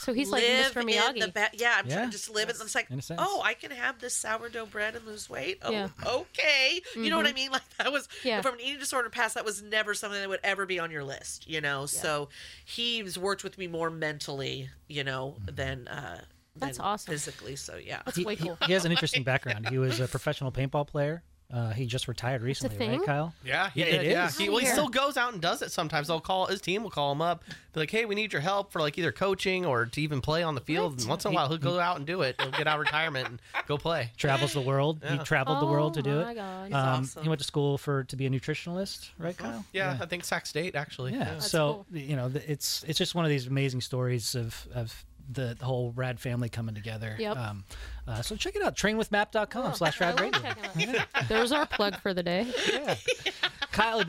[SPEAKER 2] so he's like Mr.
[SPEAKER 3] in the
[SPEAKER 2] Miyagi.
[SPEAKER 3] ba- yeah, I'm
[SPEAKER 1] Yeah.
[SPEAKER 3] trying to just live. in It's like,
[SPEAKER 1] In a sense.
[SPEAKER 3] oh, I can have this sourdough bread and lose weight. Oh,
[SPEAKER 2] Yeah. Mm-hmm.
[SPEAKER 3] okay. You know what I mean? Like that was
[SPEAKER 2] Yeah.
[SPEAKER 3] from an eating disorder past. That was never something that would ever be on your list. You know, so he's worked with me more mentally, you know,
[SPEAKER 1] Mm-hmm.
[SPEAKER 3] than uh,
[SPEAKER 2] That's
[SPEAKER 3] than
[SPEAKER 2] awesome.
[SPEAKER 3] physically. So yeah,
[SPEAKER 2] That's
[SPEAKER 1] he,
[SPEAKER 2] way
[SPEAKER 1] he-
[SPEAKER 2] cool.
[SPEAKER 1] he has an interesting background. He was a professional paintball player. Uh, he just retired
[SPEAKER 2] a
[SPEAKER 1] recently,
[SPEAKER 2] thing?
[SPEAKER 1] right, Kyle?
[SPEAKER 4] Yeah, he
[SPEAKER 1] Yeah,
[SPEAKER 4] did.
[SPEAKER 1] it
[SPEAKER 4] Yeah,
[SPEAKER 1] is.
[SPEAKER 4] he, well, he
[SPEAKER 2] Yeah.
[SPEAKER 4] still goes out and does it sometimes. They'll call his team will call him up, be like, "Hey, we need your help for like either coaching or to even play on the field." And once in a while, he'll go out and do it. He'll get out of retirement and go play.
[SPEAKER 1] Travels the world. He traveled the world to do
[SPEAKER 2] Oh my
[SPEAKER 1] it.
[SPEAKER 2] God.
[SPEAKER 1] Um,
[SPEAKER 3] awesome.
[SPEAKER 1] He went to school for to be a nutritionalist, right,
[SPEAKER 4] Uh-huh.
[SPEAKER 1] Kyle?
[SPEAKER 4] Yeah, I think Sac State actually.
[SPEAKER 1] Yeah.
[SPEAKER 2] That's
[SPEAKER 1] so
[SPEAKER 2] cool.
[SPEAKER 1] you know, th- it's it's just one of these amazing stories of of the, the whole Rad family coming together.
[SPEAKER 2] Yep. Oh.
[SPEAKER 1] Um, uh, so check it out. Trainwithmap.com slash
[SPEAKER 2] I
[SPEAKER 1] Rad
[SPEAKER 2] will
[SPEAKER 1] Radio.
[SPEAKER 2] check him out. There's our plug for the day.
[SPEAKER 1] Yeah. Kyle,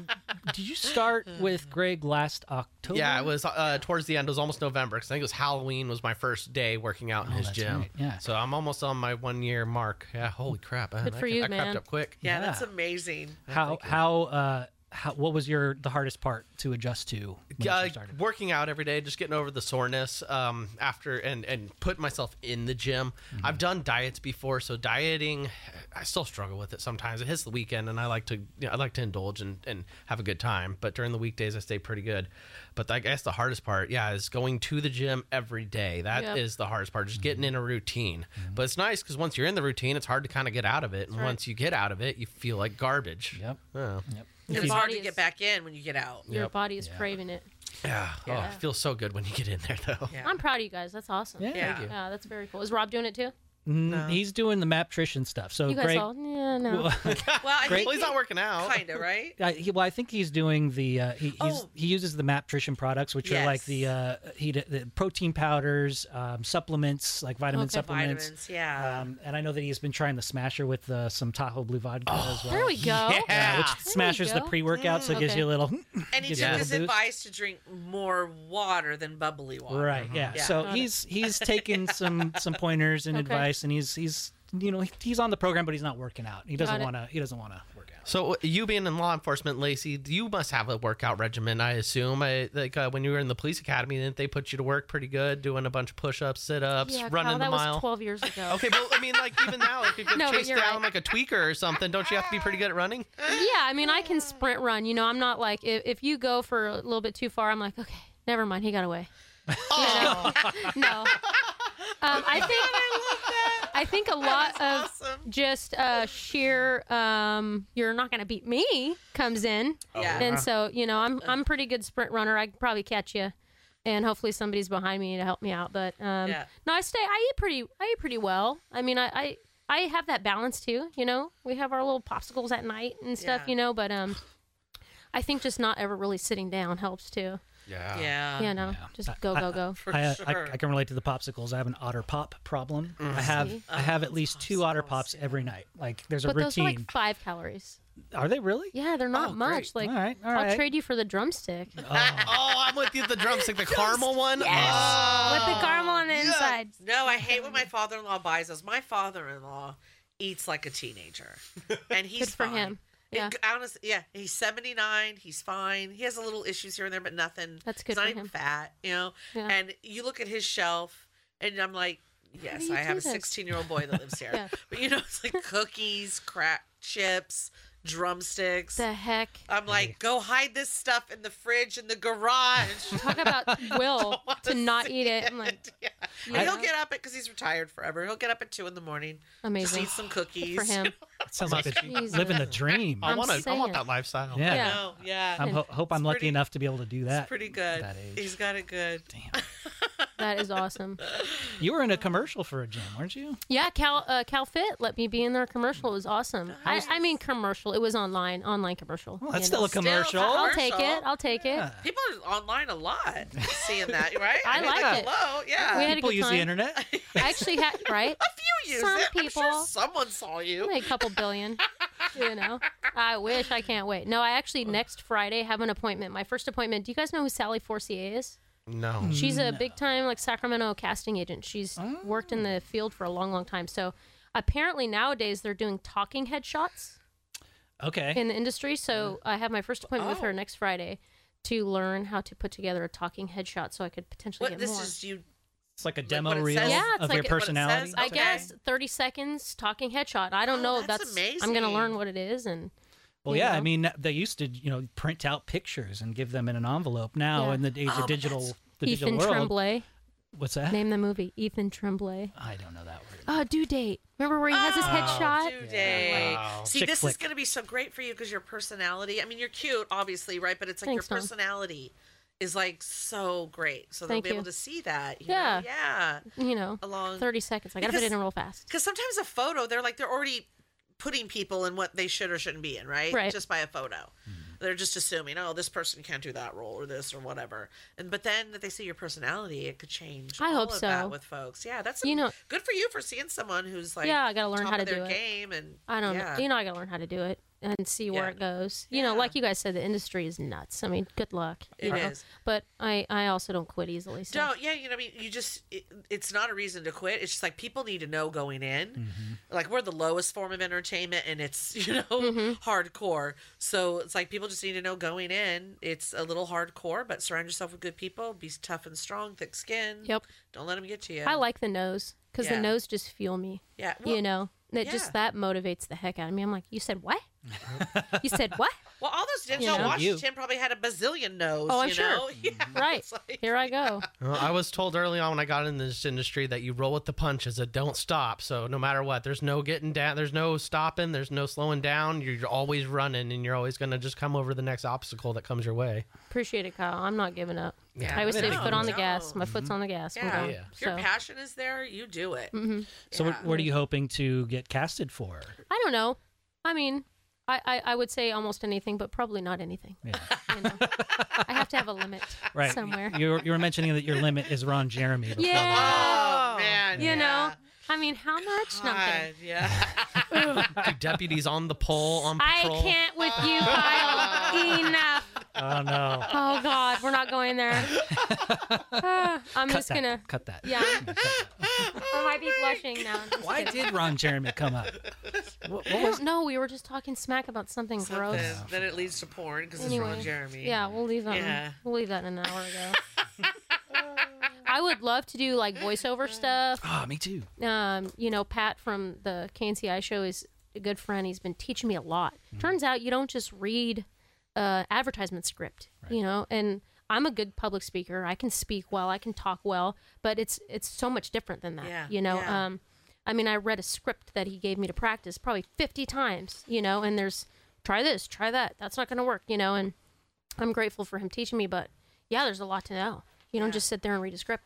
[SPEAKER 1] did you start with Greg last October?
[SPEAKER 4] Yeah, it was uh, towards the end. It was almost November because I think it was Halloween was my first day working out in
[SPEAKER 1] Oh,
[SPEAKER 4] his
[SPEAKER 1] that's
[SPEAKER 4] gym.
[SPEAKER 1] right, yeah.
[SPEAKER 4] So I'm almost on my one year mark. Yeah, holy crap! Good
[SPEAKER 2] for you,
[SPEAKER 4] I
[SPEAKER 2] man.
[SPEAKER 4] crept up quick.
[SPEAKER 3] yeah, that's
[SPEAKER 1] Yeah.
[SPEAKER 3] amazing.
[SPEAKER 1] How how uh how, what was your the hardest part to adjust to when you
[SPEAKER 4] uh,
[SPEAKER 1] first started?
[SPEAKER 4] working out every day, just getting over the soreness um, after, and and putting myself in the gym.
[SPEAKER 1] Mm-hmm.
[SPEAKER 4] I've done diets before, so dieting, I still struggle with it sometimes. It hits the weekend, and I like to, you know, I like to indulge and and have a good time. But during the weekdays, I stay pretty good. But I guess the hardest part, yeah, is going to the gym every day. That is
[SPEAKER 2] Yeah.
[SPEAKER 4] the hardest part, just
[SPEAKER 1] Mm-hmm.
[SPEAKER 4] getting in a routine. But it's nice because once you're in the routine, it's hard to kind of get out of it, and
[SPEAKER 2] right.
[SPEAKER 4] once you get out of it, you feel like garbage.
[SPEAKER 1] Yep.
[SPEAKER 4] Yeah.
[SPEAKER 1] Yep.
[SPEAKER 3] It's
[SPEAKER 2] Your
[SPEAKER 3] hard
[SPEAKER 2] body
[SPEAKER 3] to
[SPEAKER 2] is-
[SPEAKER 3] get back in when you get out.
[SPEAKER 2] Your
[SPEAKER 4] Yep.
[SPEAKER 2] body is craving it.
[SPEAKER 4] Yeah. Oh, it feels so good when you get in there, though.
[SPEAKER 3] Yeah.
[SPEAKER 2] I'm proud of you guys. That's awesome.
[SPEAKER 1] Yeah.
[SPEAKER 3] Yeah. Thank you.
[SPEAKER 2] Yeah, that's very cool. Is Rob doing it too?
[SPEAKER 1] Mm, He's doing the maptrition stuff.
[SPEAKER 4] Oh,
[SPEAKER 1] So
[SPEAKER 2] You guys
[SPEAKER 1] Greg,
[SPEAKER 2] all? Yeah, no.
[SPEAKER 3] Well, I think
[SPEAKER 4] Well, he's not working out.
[SPEAKER 3] kind of right.
[SPEAKER 1] I, he, well, I think he's doing the uh, he, he's,
[SPEAKER 3] Oh.
[SPEAKER 1] he uses the Maptrition products, which are like
[SPEAKER 3] Yes.
[SPEAKER 1] the uh, he d- the protein powders, um, supplements like vitamin
[SPEAKER 2] Okay.
[SPEAKER 1] supplements.
[SPEAKER 3] Vitamins, yeah.
[SPEAKER 1] Um, and I know that he's been trying the Smasher with uh, some Tahoe Blue Vodka as well.
[SPEAKER 2] There we go.
[SPEAKER 1] Yeah, which
[SPEAKER 4] There
[SPEAKER 2] we
[SPEAKER 1] smashes the
[SPEAKER 2] go.
[SPEAKER 1] pre-workout, so it gives
[SPEAKER 2] Okay.
[SPEAKER 1] you a little.
[SPEAKER 3] and he
[SPEAKER 1] gives you a
[SPEAKER 3] took
[SPEAKER 1] little
[SPEAKER 3] his
[SPEAKER 1] boost.
[SPEAKER 3] advice to drink more water than bubbly water.
[SPEAKER 1] Right. Yeah.
[SPEAKER 3] Yeah.
[SPEAKER 1] So
[SPEAKER 2] Got it.
[SPEAKER 1] he's he's taken some some pointers and
[SPEAKER 2] Okay.
[SPEAKER 1] advice, and he's he's you know he- he's on the program, but he's not working out. He doesn't
[SPEAKER 2] it.
[SPEAKER 1] want to. He doesn't want to work out.
[SPEAKER 4] So you being in law enforcement, Lacey, you must have a workout regimen. I assume. I like uh, when you were in the police academy, didn't they put you to work pretty good, doing a bunch of push-ups, sit-ups,
[SPEAKER 2] Yeah,
[SPEAKER 4] running
[SPEAKER 2] Kyle, that
[SPEAKER 4] the mile?
[SPEAKER 2] was 12 years ago.
[SPEAKER 4] Okay, well, I mean, like even now, if you get
[SPEAKER 2] No, but
[SPEAKER 4] chased
[SPEAKER 2] you're
[SPEAKER 4] down
[SPEAKER 2] right.
[SPEAKER 4] like a tweaker or something, don't you have to be pretty good at running?
[SPEAKER 2] Yeah, I mean, I can sprint run. You know, I'm not like, if, if you go for a little bit too far, I'm like, okay, never mind. He got away. You know? no. Um, Oh. I think I think a lot of
[SPEAKER 3] awesome.
[SPEAKER 2] just uh, sheer um, "you're not gonna beat me" comes in,
[SPEAKER 3] Yeah.
[SPEAKER 4] Uh-huh.
[SPEAKER 2] and so you know I'm I'm pretty good sprint runner. I can probably catch you, and hopefully somebody's behind me to help me out. But um,
[SPEAKER 3] Yeah.
[SPEAKER 2] no, I stay. I eat pretty. I eat pretty well. I mean, I, I I have that balance too. You know, we have our little popsicles at night and stuff.
[SPEAKER 3] Yeah.
[SPEAKER 2] You know, but um, I think just not ever really sitting down helps too.
[SPEAKER 4] Yeah.
[SPEAKER 3] Uh, Yeah.
[SPEAKER 2] you know, just go go go.
[SPEAKER 3] For
[SPEAKER 1] I, uh, I-
[SPEAKER 3] sure. Mm-hmm.
[SPEAKER 1] I, can relate to the popsicles. I have an otter pop problem. I have I have at least two otter pops every night. Like there's a
[SPEAKER 2] But those are
[SPEAKER 1] routine.
[SPEAKER 2] like five calories.
[SPEAKER 1] Are they really?
[SPEAKER 2] Yeah, they're not
[SPEAKER 3] Oh,
[SPEAKER 2] much.
[SPEAKER 3] great.
[SPEAKER 2] Like,
[SPEAKER 1] All right, all
[SPEAKER 2] I'll
[SPEAKER 1] right.
[SPEAKER 2] trade you for the drumstick.
[SPEAKER 4] Oh, I'm with you. The drumstick, the caramel one. Oh.
[SPEAKER 2] with the caramel on the inside.
[SPEAKER 3] No, I hate when my father-in-law buys those. My father-in-law eats like a teenager, and he's
[SPEAKER 2] Good for
[SPEAKER 3] fine.
[SPEAKER 2] him. Yeah.
[SPEAKER 3] It- honest- yeah, he's seventy nine. He's fine. He has a little issues here and there, but nothing.
[SPEAKER 2] That's
[SPEAKER 3] he's
[SPEAKER 2] good
[SPEAKER 3] not
[SPEAKER 2] for
[SPEAKER 3] even
[SPEAKER 2] him.
[SPEAKER 3] fat, you know.
[SPEAKER 2] Yeah.
[SPEAKER 3] And you look at his shelf, and I'm like, yes,
[SPEAKER 2] you
[SPEAKER 3] I have
[SPEAKER 2] do
[SPEAKER 3] a
[SPEAKER 2] this?
[SPEAKER 3] sixteen year old boy that lives here.
[SPEAKER 2] Yeah.
[SPEAKER 3] But you know, it's like cookies, crack chips, drumsticks.
[SPEAKER 2] The heck?
[SPEAKER 3] I'm like, go hide this stuff in the fridge in the garage.
[SPEAKER 2] Talk about will to not eat it. I'm like,
[SPEAKER 3] And he'll get up because he's retired forever. He'll get up at two in the morning. Just
[SPEAKER 2] Amazing
[SPEAKER 3] eat some cookies.
[SPEAKER 2] for him.
[SPEAKER 1] That sounds like a,
[SPEAKER 2] Jesus.
[SPEAKER 1] living the dream.
[SPEAKER 4] I
[SPEAKER 2] I'm
[SPEAKER 4] want to. I
[SPEAKER 2] saying.
[SPEAKER 4] want that lifestyle.
[SPEAKER 1] Yeah.
[SPEAKER 3] I know, yeah.
[SPEAKER 1] I ho- hope I'm lucky
[SPEAKER 3] pretty-
[SPEAKER 1] enough to be able to do
[SPEAKER 3] it's
[SPEAKER 1] that.
[SPEAKER 3] pretty good.
[SPEAKER 1] that age.
[SPEAKER 3] He's got it good.
[SPEAKER 2] That is awesome.
[SPEAKER 1] You were in a commercial for a gym, weren't you?
[SPEAKER 2] Yeah, Cal uh, CalFit let me be in their commercial. It was awesome. I, I mean, commercial. It was online, online commercial.
[SPEAKER 1] Well, that's
[SPEAKER 2] you know.
[SPEAKER 1] still a commercial.
[SPEAKER 2] I'll take
[SPEAKER 3] commercial.
[SPEAKER 2] it. I'll take it.
[SPEAKER 3] People are online a lot seeing that, right?
[SPEAKER 2] I
[SPEAKER 3] mean,
[SPEAKER 2] like it.
[SPEAKER 3] Hello, yeah.
[SPEAKER 2] We had a
[SPEAKER 1] People
[SPEAKER 2] good
[SPEAKER 1] use
[SPEAKER 2] time.
[SPEAKER 1] the internet.
[SPEAKER 2] I actually had right.
[SPEAKER 3] a few use
[SPEAKER 2] some
[SPEAKER 3] it. I'm
[SPEAKER 2] people-
[SPEAKER 3] sure someone saw you.
[SPEAKER 2] a couple billion. You know, I wish I can't wait. No, I actually next Friday have an appointment. My first appointment. Do you guys know who Sally Forcier is?
[SPEAKER 4] No.
[SPEAKER 2] She's
[SPEAKER 3] Mm.
[SPEAKER 2] a big time like Sacramento casting agent. She's worked in
[SPEAKER 3] Oh.
[SPEAKER 2] the field for a long, long time. So apparently nowadays they're doing talking headshots
[SPEAKER 1] Okay.
[SPEAKER 2] in the industry. So I have my first appointment with her
[SPEAKER 3] Oh.
[SPEAKER 2] next Friday to learn how to put together a talking headshot so I could potentially
[SPEAKER 3] What
[SPEAKER 2] get
[SPEAKER 3] this
[SPEAKER 2] more.
[SPEAKER 3] is you
[SPEAKER 1] It's like a
[SPEAKER 3] it
[SPEAKER 1] demo
[SPEAKER 3] says?
[SPEAKER 1] reel
[SPEAKER 2] Yeah, it's
[SPEAKER 1] of
[SPEAKER 2] like it- what
[SPEAKER 1] your
[SPEAKER 2] it
[SPEAKER 1] personality.
[SPEAKER 3] says.
[SPEAKER 2] I
[SPEAKER 3] Okay.
[SPEAKER 2] guess 30 seconds talking headshot. I don't
[SPEAKER 3] Oh,
[SPEAKER 2] know if
[SPEAKER 3] that's
[SPEAKER 2] that's I'm going to
[SPEAKER 3] amazing.
[SPEAKER 2] learn what it is and
[SPEAKER 1] Well,
[SPEAKER 2] you
[SPEAKER 1] yeah, I
[SPEAKER 2] know?
[SPEAKER 1] mean, they used to, you know, print out pictures and give them in an envelope. Now,
[SPEAKER 2] Yeah.
[SPEAKER 1] in the age
[SPEAKER 3] Oh,
[SPEAKER 1] of
[SPEAKER 3] but
[SPEAKER 1] digital,
[SPEAKER 3] that's-
[SPEAKER 1] the
[SPEAKER 2] Ethan
[SPEAKER 1] digital world,
[SPEAKER 2] Tremblay.
[SPEAKER 1] what's that?
[SPEAKER 2] Name the movie Ethan Tremblay.
[SPEAKER 1] I don't know that word.
[SPEAKER 2] Oh, due date. Remember where he has his
[SPEAKER 3] Oh,
[SPEAKER 2] headshot?
[SPEAKER 3] due date.
[SPEAKER 4] Wow.
[SPEAKER 3] See,
[SPEAKER 1] Chick
[SPEAKER 3] this is
[SPEAKER 1] flick.
[SPEAKER 3] going to be so great for you because your personality. I mean, you're cute, obviously, right? But it's like
[SPEAKER 2] Thanks,
[SPEAKER 3] your
[SPEAKER 2] Mom.
[SPEAKER 3] personality is like so great, so
[SPEAKER 2] Thank
[SPEAKER 3] they'll be
[SPEAKER 2] you.
[SPEAKER 3] able to see that. you
[SPEAKER 2] Yeah.
[SPEAKER 3] know? yeah.
[SPEAKER 2] You know,
[SPEAKER 3] Along
[SPEAKER 2] 30 seconds. I got to put
[SPEAKER 3] Because-
[SPEAKER 2] it in real fast.
[SPEAKER 3] Because sometimes a photo, they're like they're already putting people in what they should or shouldn't be in, right?
[SPEAKER 2] Right.
[SPEAKER 3] Just by a photo, they're just assuming, oh, this person can't do that role or this or whatever. And but then that they see your personality, it could change.
[SPEAKER 2] I
[SPEAKER 3] all
[SPEAKER 2] hope
[SPEAKER 3] of that
[SPEAKER 2] so.
[SPEAKER 3] with folks. Yeah, that's
[SPEAKER 2] You
[SPEAKER 3] you
[SPEAKER 2] know-
[SPEAKER 3] know good for you for seeing someone who's like
[SPEAKER 2] Yeah, I gotta learn
[SPEAKER 3] top
[SPEAKER 2] how to
[SPEAKER 3] of their
[SPEAKER 2] do it.
[SPEAKER 3] game and
[SPEAKER 2] I don't
[SPEAKER 3] yeah.
[SPEAKER 2] know. You know, I got to learn how to do it and see where
[SPEAKER 3] Yeah.
[SPEAKER 2] it goes. You know,
[SPEAKER 3] Yeah.
[SPEAKER 2] like you guys said, the industry is nuts. I mean, good luck. you
[SPEAKER 3] It
[SPEAKER 2] know?
[SPEAKER 3] is.
[SPEAKER 2] But I, I also don't quit easily. So.
[SPEAKER 3] No, yeah, you know, I mean, you just, it, it's not a reason to quit. It's just like people need to know going in.
[SPEAKER 2] Mm-hmm.
[SPEAKER 3] Like, we're the lowest form of entertainment and it's, you know,
[SPEAKER 2] Mm-hmm.
[SPEAKER 3] hardcore. So it's like people just need to know going in. It's a little hardcore, but surround yourself with good people. Be tough and strong, thick skin.
[SPEAKER 2] Yep.
[SPEAKER 3] Don't let them get to you.
[SPEAKER 2] I like the nose because the
[SPEAKER 3] Yeah.
[SPEAKER 2] nose just fuel me.
[SPEAKER 3] Yeah. Well,
[SPEAKER 2] you know, that
[SPEAKER 3] yeah.
[SPEAKER 2] just that motivates the heck out of me. I'm like, you said what? you said what?
[SPEAKER 3] well, all those dentists
[SPEAKER 2] You
[SPEAKER 3] in
[SPEAKER 2] know.
[SPEAKER 3] Washington probably had a bazillion nose.
[SPEAKER 2] Oh, I'm
[SPEAKER 3] you
[SPEAKER 2] sure.
[SPEAKER 3] know? Yeah.
[SPEAKER 2] Right.
[SPEAKER 3] It's like-
[SPEAKER 2] Here I go.
[SPEAKER 4] Well, I was told early on when I got in this industry that you roll with the punches, that don't stop. So no matter what, there's no getting down, there's no stopping, there's no slowing down. You're always running, and you're always gonna just come over the next obstacle that comes your way.
[SPEAKER 2] Appreciate it, Kyle. I'm not giving up.
[SPEAKER 4] Yeah,
[SPEAKER 2] I always say
[SPEAKER 4] no,
[SPEAKER 2] foot on the
[SPEAKER 3] no.
[SPEAKER 2] gas. My foot's on the gas. I'm
[SPEAKER 3] Yeah.
[SPEAKER 2] going.
[SPEAKER 4] Yeah.
[SPEAKER 3] If your
[SPEAKER 2] So, Mm-hmm.
[SPEAKER 3] passion is there, you do it.
[SPEAKER 1] So, what,
[SPEAKER 3] Yeah.
[SPEAKER 1] what are you hoping to get casted for?
[SPEAKER 2] I don't know. I mean, I, I, I would say almost anything, but probably not anything.
[SPEAKER 1] Yeah.
[SPEAKER 2] You know? I have to have a limit
[SPEAKER 1] Right.
[SPEAKER 2] somewhere.
[SPEAKER 1] You were, you were mentioning that your limit is Ron Jeremy. before.
[SPEAKER 2] Yeah.
[SPEAKER 3] Oh, man.
[SPEAKER 2] You
[SPEAKER 3] yeah.
[SPEAKER 2] know, I mean, how much? No, I'm kidding.
[SPEAKER 3] God, yeah.
[SPEAKER 4] Two deputies on the pole on
[SPEAKER 2] I
[SPEAKER 4] patrol.
[SPEAKER 2] can't with you, Kyle. Enough.
[SPEAKER 1] Oh no.
[SPEAKER 2] Oh God, we're not going there. Ah, I'm
[SPEAKER 1] Cut
[SPEAKER 2] just
[SPEAKER 1] that.
[SPEAKER 2] gonna.
[SPEAKER 1] Cut that.
[SPEAKER 2] Yeah, I might be blushing now.
[SPEAKER 1] Why did Ron Jeremy come up? What, what was?
[SPEAKER 2] No, we were just talking smack about something,
[SPEAKER 3] something.
[SPEAKER 2] gross.
[SPEAKER 3] Then it leads to porn because it's
[SPEAKER 2] Anyway,
[SPEAKER 3] Ron Jeremy.
[SPEAKER 2] Yeah, we'll leave that.
[SPEAKER 3] Yeah.
[SPEAKER 2] One. We'll leave that an hour ago. I would love to do like voiceover stuff.
[SPEAKER 1] Ah, me too.
[SPEAKER 2] Um, you know, Pat from the KNCI show is a good friend. He's been teaching me a lot. Turns out you don't just read uh, advertisement script, you know, and I'm a good public speaker. I can speak well, I can talk well, but it's it's so much different than that,
[SPEAKER 3] Yeah,
[SPEAKER 2] you know.
[SPEAKER 3] yeah.
[SPEAKER 2] Um, I mean, I read a script that he gave me to practice probably 50 times, you know, and there's try this, try that. That's not going to work, you know, and I'm grateful for him teaching me, but yeah, there's a lot to know. You don't just sit there and read a script.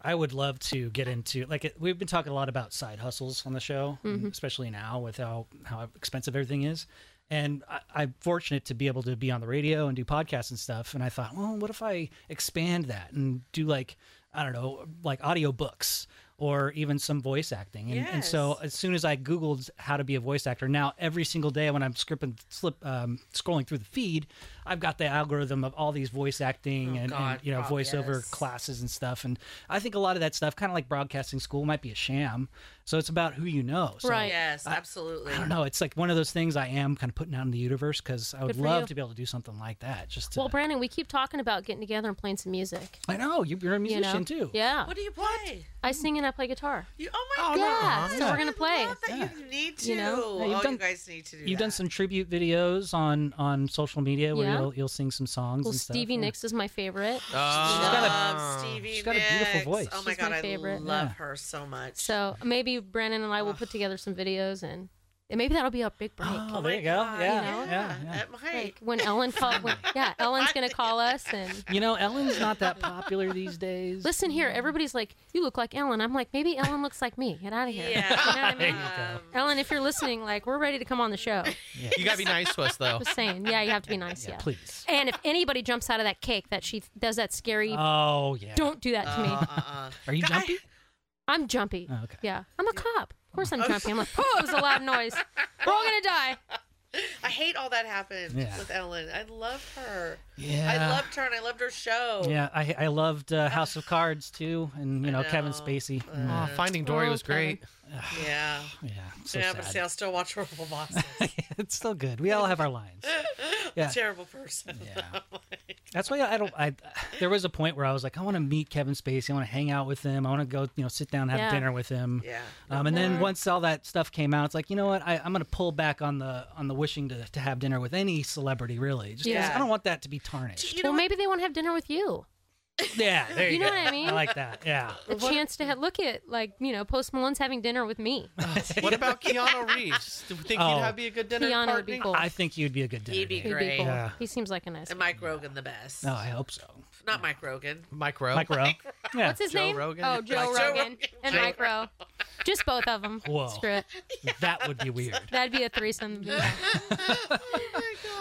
[SPEAKER 1] I would love to get into like it- we've been talking a lot about side hustles on the show,
[SPEAKER 3] Mm-hmm.
[SPEAKER 1] especially now with how how expensive everything is. And I, I'm fortunate to be able to be on the radio and do podcasts and stuff. And I thought, well, what if I expand that and do like I don't know, like audiobooks or even some voice acting. And, and so as soon as I googled how to be a voice actor, now every single day when I'm scripping, slip, um, scrolling through the feed, I've got the algorithm of all these voice acting and, and,
[SPEAKER 3] Oh, God,
[SPEAKER 1] you know
[SPEAKER 3] Rob,
[SPEAKER 1] voiceover
[SPEAKER 3] yes.
[SPEAKER 1] classes and stuff. And I think a lot of that stuff, kind of like broadcasting school, might be a sham. So it's about who you know. So
[SPEAKER 2] Right.
[SPEAKER 3] Yes, absolutely.
[SPEAKER 1] I don't know. It's like one of those things I am kind of putting out in the universe because I would
[SPEAKER 2] Good for
[SPEAKER 1] love
[SPEAKER 2] you.
[SPEAKER 1] to be able to do something like that. Just to,
[SPEAKER 2] Well, Brandon, we keep talking about getting together and playing some music.
[SPEAKER 1] I know you- you're a
[SPEAKER 2] You know?
[SPEAKER 1] musician too.
[SPEAKER 2] Yeah.
[SPEAKER 3] What do you play?
[SPEAKER 2] I sing and I play guitar.
[SPEAKER 3] You, oh my god!
[SPEAKER 2] yeah. So
[SPEAKER 1] Yeah.
[SPEAKER 2] we're gonna play.
[SPEAKER 3] Love that you need to.
[SPEAKER 2] You know?
[SPEAKER 1] Yeah, you've
[SPEAKER 3] oh,
[SPEAKER 1] done-
[SPEAKER 3] you guys need to do.
[SPEAKER 1] You've done
[SPEAKER 3] that.
[SPEAKER 1] some tribute videos on on social media where
[SPEAKER 2] Yeah.
[SPEAKER 1] you'll you'll sing some songs
[SPEAKER 2] Well,
[SPEAKER 1] and stuff.
[SPEAKER 2] Stevie
[SPEAKER 1] Yeah.
[SPEAKER 2] Nicks is my favorite.
[SPEAKER 4] Uh,
[SPEAKER 1] gotta-
[SPEAKER 3] Love Stevie
[SPEAKER 1] got a beautiful
[SPEAKER 3] Phoenix.
[SPEAKER 1] voice.
[SPEAKER 3] Oh my
[SPEAKER 2] She's
[SPEAKER 3] god,
[SPEAKER 2] my
[SPEAKER 3] I
[SPEAKER 2] favorite.
[SPEAKER 3] love
[SPEAKER 1] Yeah.
[SPEAKER 3] her so much.
[SPEAKER 2] So maybe Brandon and I will put together some videos and, and maybe that'll be our big break.
[SPEAKER 1] Oh,
[SPEAKER 3] my
[SPEAKER 1] there you go.
[SPEAKER 3] God,
[SPEAKER 1] Yeah,
[SPEAKER 2] you know?
[SPEAKER 1] yeah, yeah.
[SPEAKER 3] That might.
[SPEAKER 2] Like when Ellen call, when, yeah, Ellen's gonna call us and
[SPEAKER 1] You know, Ellen's not that popular these days.
[SPEAKER 2] listen here. Everybody's like, you look like Ellen. I'm like, maybe Ellen looks like me. Get out of here.
[SPEAKER 3] yeah.
[SPEAKER 2] You know what I
[SPEAKER 1] There
[SPEAKER 2] mean?
[SPEAKER 1] you go.
[SPEAKER 3] Um,
[SPEAKER 2] Ellen, if you're listening, like we're ready to come on the show.
[SPEAKER 1] Yeah.
[SPEAKER 4] You gotta be nice to us though.
[SPEAKER 2] Just saying, yeah, you have to be nice.
[SPEAKER 1] Oh. Yeah,
[SPEAKER 2] Yeah.
[SPEAKER 1] please.
[SPEAKER 2] And if anybody jumps out of that cake that she does that scary,
[SPEAKER 1] Oh yeah. Oh.
[SPEAKER 2] don't do that to me.
[SPEAKER 3] uh, uh, uh.
[SPEAKER 1] Are you
[SPEAKER 3] God, I-
[SPEAKER 1] jumpy?
[SPEAKER 2] I'm jumpy.
[SPEAKER 1] Oh, okay.
[SPEAKER 2] Yeah, I'm a cop. Of course I'm jumpy. I'm like, oh, it was a loud noise. We're all gonna die.
[SPEAKER 3] I hate all that happened
[SPEAKER 1] Yeah.
[SPEAKER 3] with Ellen. I love her.
[SPEAKER 1] Yeah.
[SPEAKER 3] I loved her and I loved her show.
[SPEAKER 1] Yeah, I I loved uh, House of Cards too, and you know, Kevin
[SPEAKER 3] know. Uh,
[SPEAKER 1] Spacey. Mm,
[SPEAKER 4] Aw, Finding Dory
[SPEAKER 2] Oh,
[SPEAKER 4] was great.
[SPEAKER 3] Yeah.
[SPEAKER 1] yeah, so
[SPEAKER 3] yeah, but see,
[SPEAKER 1] sad.
[SPEAKER 3] I'll still watch Horrible Bosses.
[SPEAKER 1] it's still good. We all have our lines. Yeah.
[SPEAKER 3] Terrible person.
[SPEAKER 1] Yeah. That's why I don't. I there was a point where I was like, I want to meet Kevin Spacey. I want to hang out with him. I want to go, you know, sit down, have
[SPEAKER 2] Yeah.
[SPEAKER 1] dinner with him.
[SPEAKER 3] Yeah.
[SPEAKER 1] Um, and then once all that stuff came out, it's like you know what? I, I'm gonna pull back on the on the wishing to, to have dinner with any celebrity, really. Just 'cause
[SPEAKER 3] Yeah.
[SPEAKER 1] I don't want that to be tarnished.
[SPEAKER 3] You know
[SPEAKER 2] Well, maybe they want to have dinner with you.
[SPEAKER 1] yeah, there you,
[SPEAKER 2] You know
[SPEAKER 1] go.
[SPEAKER 2] what I mean?
[SPEAKER 1] I like that. Yeah.
[SPEAKER 2] A chance to ha- look at like you know Post Malone's having dinner with me.
[SPEAKER 4] What about Keanu Reeves? Do you think
[SPEAKER 1] Oh.
[SPEAKER 4] he'd have be a good dinner
[SPEAKER 2] Keanu would
[SPEAKER 4] partner?
[SPEAKER 2] be cool.
[SPEAKER 1] I think you'd be a good dinner.
[SPEAKER 3] He'd be
[SPEAKER 1] date.
[SPEAKER 2] He'd
[SPEAKER 3] Great.
[SPEAKER 2] be cool.
[SPEAKER 1] Yeah.
[SPEAKER 2] He seems like a nice.
[SPEAKER 3] And Mike Rogan the best.
[SPEAKER 1] No, I hope so.
[SPEAKER 3] Not Mike Rogan.
[SPEAKER 4] Mike Rowe.
[SPEAKER 1] Mike Rowe. Yeah.
[SPEAKER 2] What's his
[SPEAKER 4] Joe
[SPEAKER 2] name?
[SPEAKER 4] Rogan.
[SPEAKER 2] Oh, Joe
[SPEAKER 3] Joe
[SPEAKER 2] Rogan
[SPEAKER 3] Rogan.
[SPEAKER 2] and
[SPEAKER 3] Joe
[SPEAKER 2] Mike Rowe. Just both of them.
[SPEAKER 1] Whoa.
[SPEAKER 2] Screw it.
[SPEAKER 1] that would be weird.
[SPEAKER 2] That'd be a threesome.
[SPEAKER 1] Uh,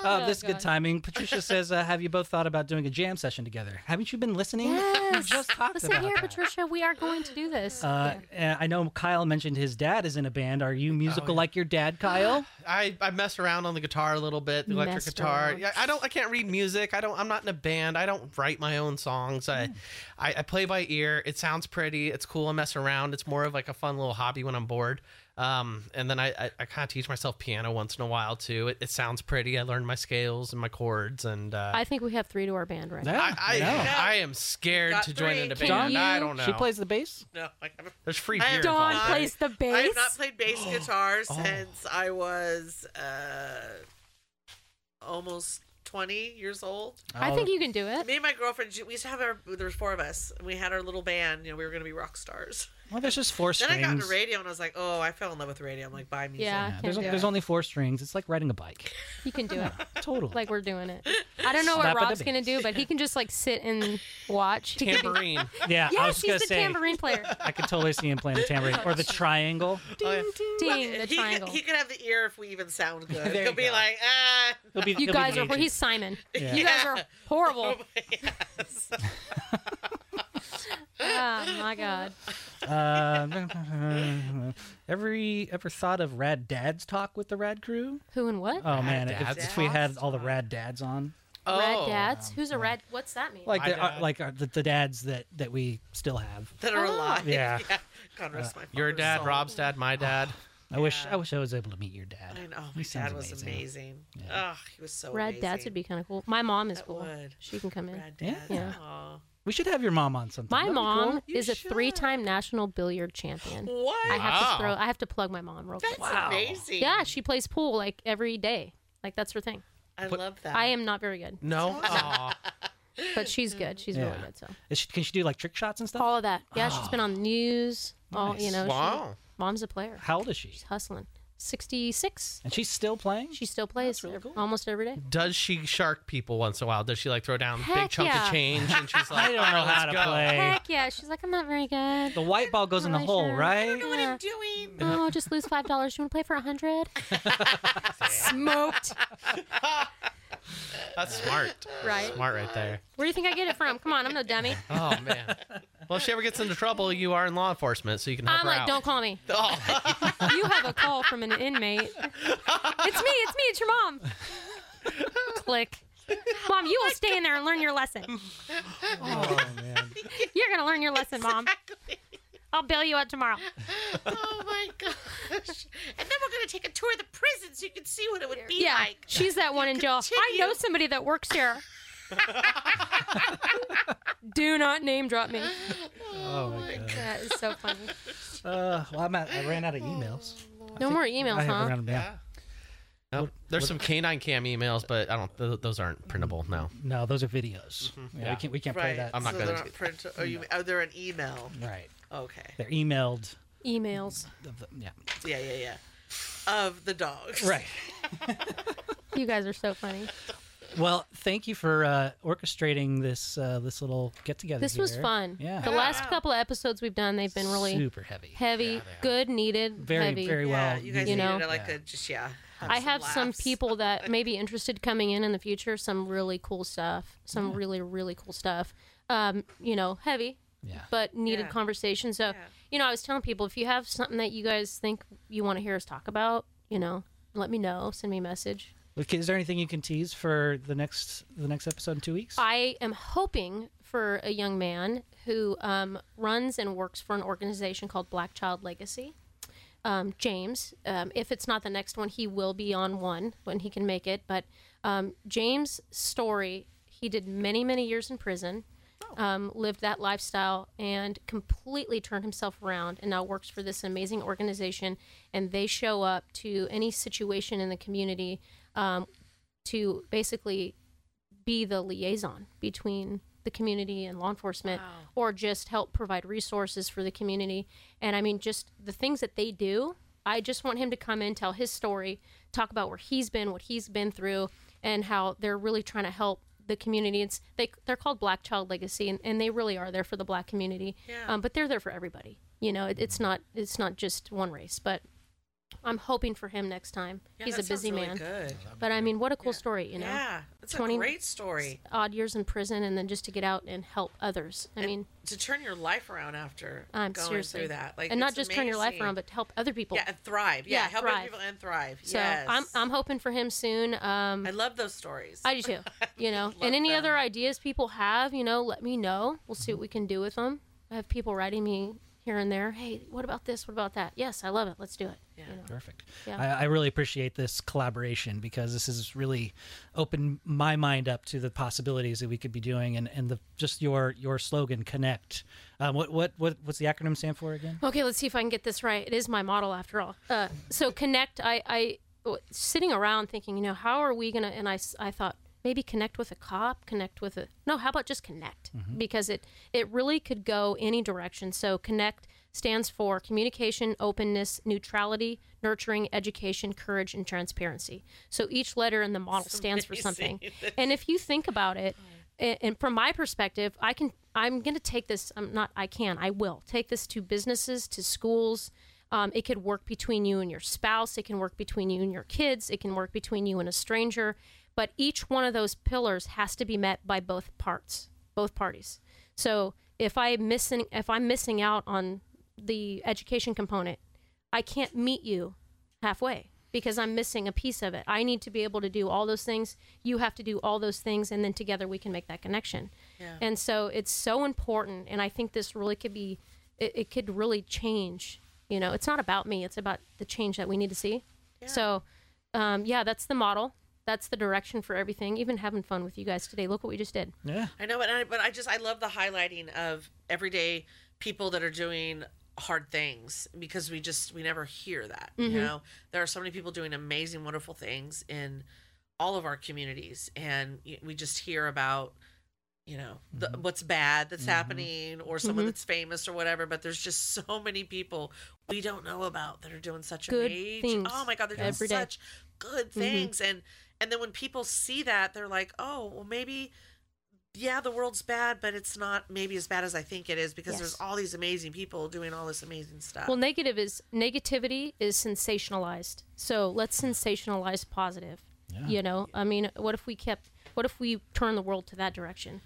[SPEAKER 2] Oh,
[SPEAKER 1] this is good
[SPEAKER 2] God.
[SPEAKER 1] timing. Patricia says, uh, "Have you both thought about doing a jam session together? Haven't you been listening? We
[SPEAKER 2] Yes.
[SPEAKER 1] just talked
[SPEAKER 2] Listen
[SPEAKER 1] about
[SPEAKER 2] here,
[SPEAKER 1] that.
[SPEAKER 2] Patricia. We are going to do this.
[SPEAKER 1] Uh, and I know Kyle mentioned his dad is in a band. Are
[SPEAKER 2] Oh,
[SPEAKER 1] you musical
[SPEAKER 4] yeah.
[SPEAKER 1] like your dad, Kyle?
[SPEAKER 4] I, I mess around on the guitar a little bit, the electric
[SPEAKER 2] Messed
[SPEAKER 4] guitar.
[SPEAKER 2] around.
[SPEAKER 4] Yeah, I don't I can't read music. I don't I'm not in a band. I don't write my own songs.
[SPEAKER 2] Hmm.
[SPEAKER 4] I, I I play by ear. It sounds pretty. It's cool. I mess around. It's more of like a fun little hobby when I'm bored. Um, and then I, I, I kind of teach myself piano once in a while too. It, it sounds pretty. I learn my scales and my chords and uh,
[SPEAKER 2] I think we have three to our band right now.
[SPEAKER 1] Yeah,
[SPEAKER 4] I, I,
[SPEAKER 1] know.
[SPEAKER 4] I am scared
[SPEAKER 3] Got
[SPEAKER 4] to join
[SPEAKER 3] three.
[SPEAKER 4] in a
[SPEAKER 2] Can
[SPEAKER 4] band.
[SPEAKER 2] you-
[SPEAKER 4] I don't know.
[SPEAKER 1] She plays the bass.
[SPEAKER 3] No, I haven't.
[SPEAKER 4] There's free
[SPEAKER 3] I
[SPEAKER 4] beer.
[SPEAKER 3] don't
[SPEAKER 2] Dawn
[SPEAKER 4] involved,
[SPEAKER 3] I-
[SPEAKER 2] plays the
[SPEAKER 3] I have
[SPEAKER 2] bass.
[SPEAKER 3] not played bass guitar
[SPEAKER 1] Oh.
[SPEAKER 3] since I was uh, almost 20 years old.
[SPEAKER 2] I
[SPEAKER 1] Oh.
[SPEAKER 2] think you can do it.
[SPEAKER 3] Me and my girlfriend, she- we used to have our, there was four of us, and we had our little band. You know, we were going to be rock stars.
[SPEAKER 1] Oh, Well, there's just four
[SPEAKER 3] Then
[SPEAKER 1] strings.
[SPEAKER 3] I got into radio, and I was like, oh, I fell in love with radio. I'm like, buy music.
[SPEAKER 2] Yeah. I
[SPEAKER 1] Yeah,
[SPEAKER 2] can't
[SPEAKER 1] there's,
[SPEAKER 2] do
[SPEAKER 1] there's
[SPEAKER 2] it.
[SPEAKER 1] only four strings. It's like riding a bike.
[SPEAKER 2] You can do it.
[SPEAKER 1] Totally.
[SPEAKER 2] Like we're doing it. I don't know
[SPEAKER 1] Snap
[SPEAKER 2] what
[SPEAKER 1] of the
[SPEAKER 2] Rob's gonna do, but he can just like sit and watch. He could be-
[SPEAKER 4] Tambourine.
[SPEAKER 1] yeah, I
[SPEAKER 2] Yes,
[SPEAKER 1] was just
[SPEAKER 2] he's
[SPEAKER 1] gonna
[SPEAKER 2] the
[SPEAKER 1] say.
[SPEAKER 2] tambourine player.
[SPEAKER 1] I could totally see him playing the tambourine or the triangle.
[SPEAKER 4] Oh, yeah.
[SPEAKER 2] Ding the
[SPEAKER 3] he,
[SPEAKER 2] triangle.
[SPEAKER 3] He could have the ear if we even sound good.
[SPEAKER 1] There
[SPEAKER 3] He'll
[SPEAKER 1] you
[SPEAKER 3] be
[SPEAKER 1] go.
[SPEAKER 3] like, ah.
[SPEAKER 1] He'll be,
[SPEAKER 2] You
[SPEAKER 1] he'll be
[SPEAKER 2] guys
[SPEAKER 1] the
[SPEAKER 2] are.
[SPEAKER 1] agent.
[SPEAKER 2] He's Simon.
[SPEAKER 1] Yeah.
[SPEAKER 2] You guys are horrible.
[SPEAKER 3] Oh, yes.
[SPEAKER 2] Oh my god.
[SPEAKER 1] Uh, every ever thought of Rad Dad's talk with the Rad Crew?
[SPEAKER 2] Who and what?
[SPEAKER 1] Oh man,
[SPEAKER 4] Dad's
[SPEAKER 1] if, if we had all the Rad Dads on,
[SPEAKER 2] Rad
[SPEAKER 4] Oh.
[SPEAKER 2] dads. Who's a rad? What's that mean?
[SPEAKER 1] like
[SPEAKER 4] My
[SPEAKER 1] the, uh,
[SPEAKER 4] dad.
[SPEAKER 1] like uh, the, the dads that that we still have.
[SPEAKER 3] That
[SPEAKER 2] Ah.
[SPEAKER 3] are alive.
[SPEAKER 1] Yeah. Uh,
[SPEAKER 3] God rest my
[SPEAKER 4] Your
[SPEAKER 3] father's
[SPEAKER 4] dad,
[SPEAKER 3] soul.
[SPEAKER 4] Rob's dad, my dad.
[SPEAKER 2] Oh.
[SPEAKER 1] I wish I wish I was able to meet your dad.
[SPEAKER 3] I know.
[SPEAKER 1] He
[SPEAKER 3] My
[SPEAKER 1] sounds
[SPEAKER 3] dad was amazing. Oh, he was so
[SPEAKER 2] Rad
[SPEAKER 3] amazing.
[SPEAKER 2] dads would be kind of cool. My mom is cool.
[SPEAKER 3] would.
[SPEAKER 2] She can come in.
[SPEAKER 3] Rad dad.
[SPEAKER 2] Yeah.
[SPEAKER 3] Aw.
[SPEAKER 1] We should have your mom on sometime.
[SPEAKER 2] My
[SPEAKER 1] That'd be
[SPEAKER 2] mom
[SPEAKER 1] cool.
[SPEAKER 2] is a three-time national billiard champion.
[SPEAKER 3] What?
[SPEAKER 2] I have
[SPEAKER 4] Wow.
[SPEAKER 2] to throw. I have to plug my mom real quick.
[SPEAKER 3] That's amazing.
[SPEAKER 2] Yeah, she plays pool like every day. Like that's her thing.
[SPEAKER 3] I love that.
[SPEAKER 2] I am not very good,
[SPEAKER 4] No. Aw.
[SPEAKER 2] but she's good. She's really
[SPEAKER 1] Yeah.
[SPEAKER 2] good. So
[SPEAKER 1] Is she, can she do like trick shots and stuff?
[SPEAKER 2] all of that. Yeah, she's been on the news. All you know. she-
[SPEAKER 4] Wow.
[SPEAKER 2] mom's a player.
[SPEAKER 1] How old is she?
[SPEAKER 2] She's hustling. Sixty-six.
[SPEAKER 1] And she's still playing.
[SPEAKER 2] She still plays
[SPEAKER 1] really
[SPEAKER 2] ev-
[SPEAKER 1] cool.
[SPEAKER 2] almost every day.
[SPEAKER 4] Does she shark people once in a while? Does she like throw down big
[SPEAKER 2] Heck
[SPEAKER 4] chunks
[SPEAKER 2] yeah.
[SPEAKER 4] of change and she's
[SPEAKER 1] I
[SPEAKER 4] like, "Oh,
[SPEAKER 1] don't know how to
[SPEAKER 4] go.
[SPEAKER 1] play.
[SPEAKER 2] Heck yeah. She's like, I'm not very good.
[SPEAKER 1] The white ball goes in the
[SPEAKER 2] Really
[SPEAKER 1] hole,
[SPEAKER 2] sure.
[SPEAKER 1] right?
[SPEAKER 3] I don't know what I'm doing.
[SPEAKER 2] No, Oh, just lose five dollars. You want to play for a hundred? Smoked.
[SPEAKER 4] That's smart.
[SPEAKER 2] Right.
[SPEAKER 4] Smart right there.
[SPEAKER 2] Where do you think I get it from? Come on, I'm no dummy.
[SPEAKER 4] Oh man. Well, if she ever gets into trouble, you are in law enforcement, so you can help
[SPEAKER 2] I'm
[SPEAKER 4] her
[SPEAKER 2] like,
[SPEAKER 4] out.
[SPEAKER 2] don't call me.
[SPEAKER 4] Oh,
[SPEAKER 2] You have a call from an inmate. It's me. It's me. It's your mom. Click. Mom, you will stay in there and learn your lesson.
[SPEAKER 1] Oh man.
[SPEAKER 2] You're gonna learn your lesson, mom. I'll bail you out tomorrow.
[SPEAKER 3] oh my gosh. And then we're going to take a tour of the prison so you can see what it would be
[SPEAKER 2] Yeah,
[SPEAKER 3] like.
[SPEAKER 2] she's that one in jail. I know
[SPEAKER 3] continue.
[SPEAKER 2] somebody that works here. Do not name drop me.
[SPEAKER 1] Oh my god.
[SPEAKER 2] That is so funny.
[SPEAKER 1] Uh, well, I'm at, I ran out of emails.
[SPEAKER 2] No more emails,
[SPEAKER 1] I haven't
[SPEAKER 2] huh?
[SPEAKER 1] run them down.
[SPEAKER 4] Nope. There's some canine cam emails, but I don't. Th- those aren't printable. No.
[SPEAKER 1] No, those are videos. Yeah, We
[SPEAKER 4] Yeah.
[SPEAKER 1] can't we can't play
[SPEAKER 3] Right.
[SPEAKER 1] that.
[SPEAKER 4] I'm not
[SPEAKER 3] so
[SPEAKER 4] gonna
[SPEAKER 3] they're
[SPEAKER 4] do
[SPEAKER 3] not print. Oh, you, oh, they're an email.
[SPEAKER 1] right.
[SPEAKER 3] Okay.
[SPEAKER 1] They're emailed.
[SPEAKER 2] Emails.
[SPEAKER 1] of the- Yeah.
[SPEAKER 3] Yeah, yeah, yeah. Of the dogs.
[SPEAKER 1] Right.
[SPEAKER 2] You guys are so funny.
[SPEAKER 1] Well, thank you for uh, orchestrating this uh, this little get together.
[SPEAKER 2] This was fun.
[SPEAKER 1] Yeah.
[SPEAKER 2] The last couple of episodes we've done, they've been really
[SPEAKER 1] super heavy.
[SPEAKER 2] heavy, good, needed,
[SPEAKER 1] Very
[SPEAKER 2] heavy.
[SPEAKER 1] very
[SPEAKER 3] Yeah,
[SPEAKER 1] well.
[SPEAKER 3] you guys
[SPEAKER 2] you
[SPEAKER 3] needed
[SPEAKER 2] know.
[SPEAKER 3] like
[SPEAKER 1] Yeah.
[SPEAKER 3] a just yeah.
[SPEAKER 2] I have some
[SPEAKER 3] laughs.
[SPEAKER 2] people that may be interested coming in in the future. Some really cool stuff. Some really really cool stuff. Um, you know, heavy,
[SPEAKER 1] Yeah.
[SPEAKER 2] but needed
[SPEAKER 3] Yeah.
[SPEAKER 2] conversation. So,
[SPEAKER 3] Yeah.
[SPEAKER 2] you know, I was telling people if you have something that you guys think you want to hear us talk about, you know, let me know. Send me a message.
[SPEAKER 1] Okay, Is there anything you can tease for the next the next episode in two weeks?
[SPEAKER 2] I am hoping for a young man who um, runs and works for an organization called Black Child Legacy. Um, James, um, if it's not the next one, he will be on one when he can make it. But um, James' story, he did many, many years in prison, um, lived that lifestyle, and completely turned himself around and now works for this amazing organization. And they show up to any situation in the community um, to basically be the liaison between the community and law enforcement or just help provide resources for the community and i mean just the things that they do i just want him to come in tell his story talk about where he's been what he's been through and how they're really trying to help the community it's they, they're called black child legacy and, and they really are there for the black community
[SPEAKER 3] Yeah.
[SPEAKER 2] um, but they're there for everybody you know it, it's not it's not just one race but i'm hoping for him next time
[SPEAKER 3] Yeah,
[SPEAKER 2] he's
[SPEAKER 3] that
[SPEAKER 2] a busy
[SPEAKER 3] sounds really
[SPEAKER 2] man
[SPEAKER 3] Good.
[SPEAKER 2] but i mean what a cool story you know
[SPEAKER 3] yeah, it's
[SPEAKER 2] 20
[SPEAKER 3] a great story.
[SPEAKER 2] odd years in prison and then just to get out and help others. I mean,
[SPEAKER 3] to turn your life around after
[SPEAKER 2] I'm
[SPEAKER 3] going
[SPEAKER 2] seriously
[SPEAKER 3] through that, like
[SPEAKER 2] and not
[SPEAKER 3] it's
[SPEAKER 2] just turn your life
[SPEAKER 3] amazing.
[SPEAKER 2] around, but to help other people.
[SPEAKER 3] yeah, and thrive. Yeah,
[SPEAKER 2] Yeah,
[SPEAKER 3] help
[SPEAKER 2] thrive.
[SPEAKER 3] other people and thrive.
[SPEAKER 2] so
[SPEAKER 3] yes,
[SPEAKER 2] I'm I'm hoping for him soon. Um,
[SPEAKER 3] I love those stories.
[SPEAKER 2] I do too. You know, and any
[SPEAKER 3] them.
[SPEAKER 2] other ideas people have, you know, let me know. We'll see what we can do with them. I have people writing me here and there. Hey, what about this? What about that? Yes, I love it. Let's do it. Yeah.
[SPEAKER 1] Perfect.
[SPEAKER 2] Yeah.
[SPEAKER 1] I, I really appreciate this collaboration because this has really opened my mind up to the possibilities that we could be doing, and, and the just your your slogan connect. Um, what what what what's the acronym stand for again?
[SPEAKER 2] Okay, let's see if I can get this right. It is my model after all. Uh, so connect. I, I w- sitting around thinking, you know, how are we gonna? And I, s- I thought maybe connect with a cop, connect with a no. How about just connect? Because it it really could go any direction. So connect stands for communication, openness, neutrality, nurturing, education, courage, and transparency. So each letter in the model stands for something. And if you think about it, and, and from my perspective, I can I'm going to take this. I'm not. I can. I will take this to businesses, to schools. Um, it could work between you and your spouse. It can work between you and your kids. It can work between you and a stranger. But each one of those pillars has to be met by both parts, both parties. So if I missing, if I'm missing out on the education component, I can't meet you halfway because I'm missing a piece of it. I need to be able to do all those things. You have to do all those things, and then together we can make that connection. And so it's so important, and I think this really could be, it, it could really change. You know, it's not about me; it's about the change that we need to see. So, um, yeah, that's the model. That's the direction for everything. Even having fun with you guys today. Look what we just did.
[SPEAKER 1] Yeah.
[SPEAKER 3] I know, but I, but I just I love the highlighting of everyday people that are doing hard things because we just we never hear that.
[SPEAKER 2] Mm-hmm.
[SPEAKER 3] You know, there are so many people doing amazing, wonderful things in all of our communities, and y- we just hear about you know the,
[SPEAKER 2] Mm-hmm.
[SPEAKER 3] what's bad that's happening or someone that's famous or whatever but there's just so many people we don't know about that are doing such
[SPEAKER 2] Good
[SPEAKER 3] amazing
[SPEAKER 2] things
[SPEAKER 3] oh my god they're doing
[SPEAKER 2] every day. Mm-hmm.
[SPEAKER 3] such good things and and then when people see that they're like oh well maybe yeah, the world's bad, but it's not maybe as bad as I think it is because there's
[SPEAKER 2] Yes.
[SPEAKER 3] all these amazing people doing all this amazing stuff.
[SPEAKER 2] Well, negative is negativity is sensationalized. So let's sensationalize positive. You know, I mean, what if we kept? What if we turn the world to that direction?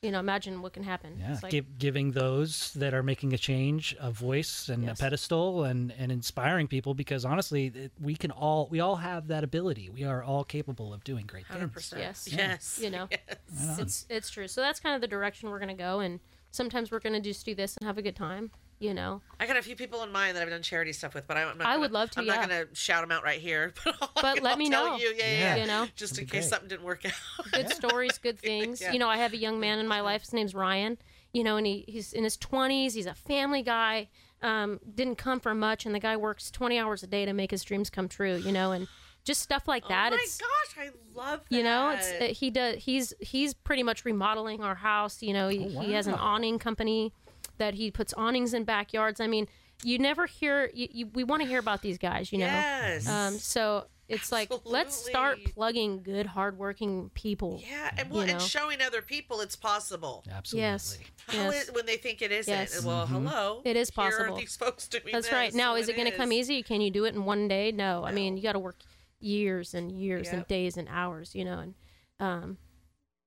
[SPEAKER 2] You know, imagine what can happen.
[SPEAKER 1] Yeah,
[SPEAKER 2] It's like-
[SPEAKER 1] Give, giving those that are making a change a voice and
[SPEAKER 2] Yes.
[SPEAKER 1] a pedestal and, and inspiring people because honestly, it, we can all we all have that ability. We are all capable of doing great things.
[SPEAKER 3] 100%.
[SPEAKER 2] Yes.
[SPEAKER 3] Yes.
[SPEAKER 2] you know,
[SPEAKER 3] Yes.
[SPEAKER 2] it's it's true. So that's kind of the direction we're gonna go, and sometimes we're gonna just do this and have a good time. You know,
[SPEAKER 3] I got a few people in mind that I've done charity stuff with, but I'm not
[SPEAKER 2] I
[SPEAKER 3] gonna,
[SPEAKER 2] would love to,
[SPEAKER 3] I'm
[SPEAKER 2] yeah.
[SPEAKER 3] not going to shout them out right here, but, I'll,
[SPEAKER 2] But let
[SPEAKER 3] I'll
[SPEAKER 2] me
[SPEAKER 3] tell
[SPEAKER 2] know.
[SPEAKER 3] You. Yeah, yeah,
[SPEAKER 1] Yeah.
[SPEAKER 3] yeah.
[SPEAKER 2] You know?
[SPEAKER 3] just
[SPEAKER 1] That'd
[SPEAKER 3] in
[SPEAKER 1] be
[SPEAKER 3] case
[SPEAKER 1] great.
[SPEAKER 3] something didn't work out.
[SPEAKER 2] good stories, good things. You know, I have a young man in my life. His name's Ryan. You know, and he, he's in his 20s. He's a family guy. Um, didn't come for much, and the guy works 20 hours a day to make his dreams come true. You know, and just stuff like that.
[SPEAKER 3] oh my
[SPEAKER 2] it's
[SPEAKER 3] gosh, I love that.
[SPEAKER 2] you know, it's uh, he does. He's he's pretty much remodeling our house. You know, he,
[SPEAKER 3] Oh,
[SPEAKER 2] he has an
[SPEAKER 1] wow.
[SPEAKER 2] awning company that he puts awnings in backyards. I mean, you never hear. You, you, we want to hear about these guys. You know.
[SPEAKER 3] yes.
[SPEAKER 2] Um, so it's like let's start
[SPEAKER 3] Absolutely.
[SPEAKER 2] plugging good, hardworking people.
[SPEAKER 3] yeah, and, well,
[SPEAKER 2] you know.
[SPEAKER 3] and showing other people it's possible.
[SPEAKER 1] Absolutely.
[SPEAKER 2] Yes.
[SPEAKER 3] How
[SPEAKER 2] yes.
[SPEAKER 3] is- when they think it isn't?
[SPEAKER 2] Yes.
[SPEAKER 3] Well,
[SPEAKER 1] Mm-hmm.
[SPEAKER 3] hello.
[SPEAKER 2] It is
[SPEAKER 3] Here
[SPEAKER 2] possible.
[SPEAKER 3] are these folks doing
[SPEAKER 2] That's right.
[SPEAKER 3] this,
[SPEAKER 2] Now,
[SPEAKER 3] so
[SPEAKER 2] is it going to come
[SPEAKER 3] is.
[SPEAKER 2] easy? Can you do it in one day? No. I mean, you got to work years and years and
[SPEAKER 3] Yep.
[SPEAKER 2] days and hours, you know, and um,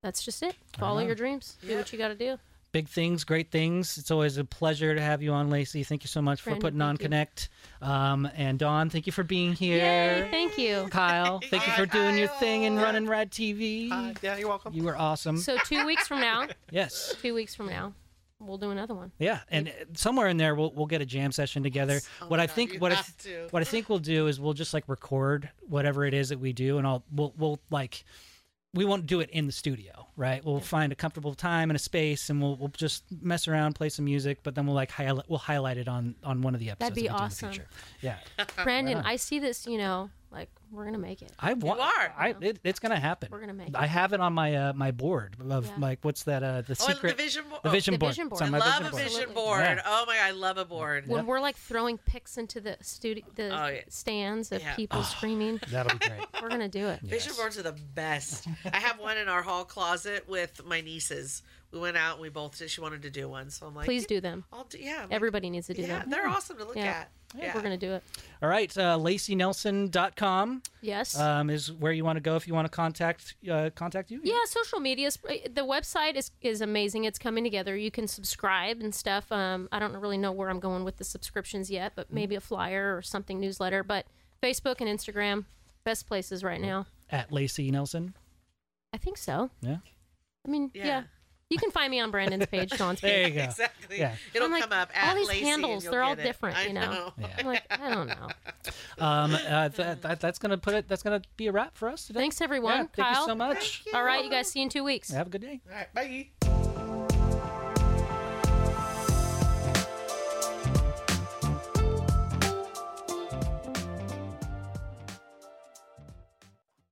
[SPEAKER 2] that's just it. Follow
[SPEAKER 1] know.
[SPEAKER 2] your dreams. Do what you got to do.
[SPEAKER 1] Big things, great things. It's always a pleasure to have you on, Lacey. Thank you so much for
[SPEAKER 2] Brandon,
[SPEAKER 1] putting on
[SPEAKER 2] thank you.
[SPEAKER 1] Connect. Um, and Dawn, thank you for being here.
[SPEAKER 2] Yay. Thank you.
[SPEAKER 1] Kyle, thank you
[SPEAKER 4] Hi,
[SPEAKER 1] for doing your
[SPEAKER 4] Kyle.
[SPEAKER 1] thing and running Rad TV.
[SPEAKER 4] Hi. Uh, yeah, you're welcome.
[SPEAKER 1] You were awesome.
[SPEAKER 2] So, two weeks from now,
[SPEAKER 1] yes.
[SPEAKER 2] two weeks from now, we'll do another one.
[SPEAKER 1] Yeah, and uh, somewhere in there we'll we'll get a jam session together. what I think
[SPEAKER 3] Oh you
[SPEAKER 1] what I,
[SPEAKER 3] have to.
[SPEAKER 1] what I think we'll do is we'll just like record whatever it is that we do, and I'll we'll we'll like we won't do it in the studio, right? We'll find a comfortable time and a space, and we'll we'll just mess around, play some music, but then we'll like highlight we'll highlight it on on one of the episodes.
[SPEAKER 2] That'd be
[SPEAKER 1] that we do
[SPEAKER 2] awesome.
[SPEAKER 1] In the future. Yeah,
[SPEAKER 3] Oh,
[SPEAKER 2] Brandon,
[SPEAKER 1] on.
[SPEAKER 2] I see this, you know, like we're going to make it.
[SPEAKER 1] I want.
[SPEAKER 3] are.
[SPEAKER 1] I, it, it's gonna happen.
[SPEAKER 2] We're gonna make it.
[SPEAKER 1] I have it on my uh, my board of
[SPEAKER 2] Yeah.
[SPEAKER 1] like what's that uh the
[SPEAKER 3] Oh, and
[SPEAKER 1] secret
[SPEAKER 3] the vision board.
[SPEAKER 1] the vision
[SPEAKER 2] The
[SPEAKER 1] board.
[SPEAKER 2] vision
[SPEAKER 1] It's
[SPEAKER 2] board.
[SPEAKER 1] on
[SPEAKER 2] I
[SPEAKER 1] my
[SPEAKER 3] love
[SPEAKER 1] vision
[SPEAKER 3] a
[SPEAKER 1] board.
[SPEAKER 3] vision
[SPEAKER 2] Absolutely.
[SPEAKER 3] board.
[SPEAKER 1] Yeah.
[SPEAKER 3] Oh my, God, I love a board.
[SPEAKER 2] When we're like throwing pics into the studio, the
[SPEAKER 3] Oh, yeah.
[SPEAKER 2] stands of
[SPEAKER 3] Yeah.
[SPEAKER 2] people screaming,
[SPEAKER 1] That'll be great.
[SPEAKER 2] we're going to do it.
[SPEAKER 3] Vision boards are the best. I have one in our hall closet with my nieces. We went out and we both she wanted to do one, so I'm like,
[SPEAKER 2] Please do them.
[SPEAKER 3] I'll do, yeah, I'm like,
[SPEAKER 2] Everybody needs to do
[SPEAKER 3] yeah,
[SPEAKER 2] that.
[SPEAKER 3] they're awesome to look
[SPEAKER 2] Yeah.
[SPEAKER 3] at. Yeah,
[SPEAKER 2] We're going to do it.
[SPEAKER 1] All right, uh, LaceyNelson.com.
[SPEAKER 2] Yes.
[SPEAKER 3] Uh,
[SPEAKER 1] um, is where you want to go if you want to contact uh, contact you.
[SPEAKER 2] yeah, social media is the website is is amazing. It's coming together. You can subscribe and stuff. Um, I don't really know where I'm going with the subscriptions yet, but maybe a flyer or something newsletter. But Facebook and Instagram, best places right now.
[SPEAKER 1] At Lacey Nelson.
[SPEAKER 2] I think so.
[SPEAKER 1] Yeah.
[SPEAKER 2] I mean, yeah.
[SPEAKER 3] Yeah.
[SPEAKER 2] You can find me on Brandon's page, Dawn's
[SPEAKER 1] There
[SPEAKER 2] page.
[SPEAKER 1] you go.
[SPEAKER 3] exactly.
[SPEAKER 1] Yeah.
[SPEAKER 3] It'll
[SPEAKER 2] I'm like,
[SPEAKER 3] come up.
[SPEAKER 2] all
[SPEAKER 3] at
[SPEAKER 2] these
[SPEAKER 3] Lacey and
[SPEAKER 2] handles,
[SPEAKER 3] you'll
[SPEAKER 2] they're all
[SPEAKER 3] get it.
[SPEAKER 2] different,
[SPEAKER 3] I
[SPEAKER 2] you know.
[SPEAKER 1] Yeah.
[SPEAKER 2] I'm like, I don't know.
[SPEAKER 1] Um, uh, th- that, that's gonna put it. That's gonna be a wrap for us today.
[SPEAKER 2] Thanks
[SPEAKER 1] Yeah,
[SPEAKER 2] everyone.
[SPEAKER 1] thank
[SPEAKER 2] Kyle.
[SPEAKER 1] you so much.
[SPEAKER 2] All right, you guys. See you in two weeks.
[SPEAKER 1] Have a good day.
[SPEAKER 4] All right, bye.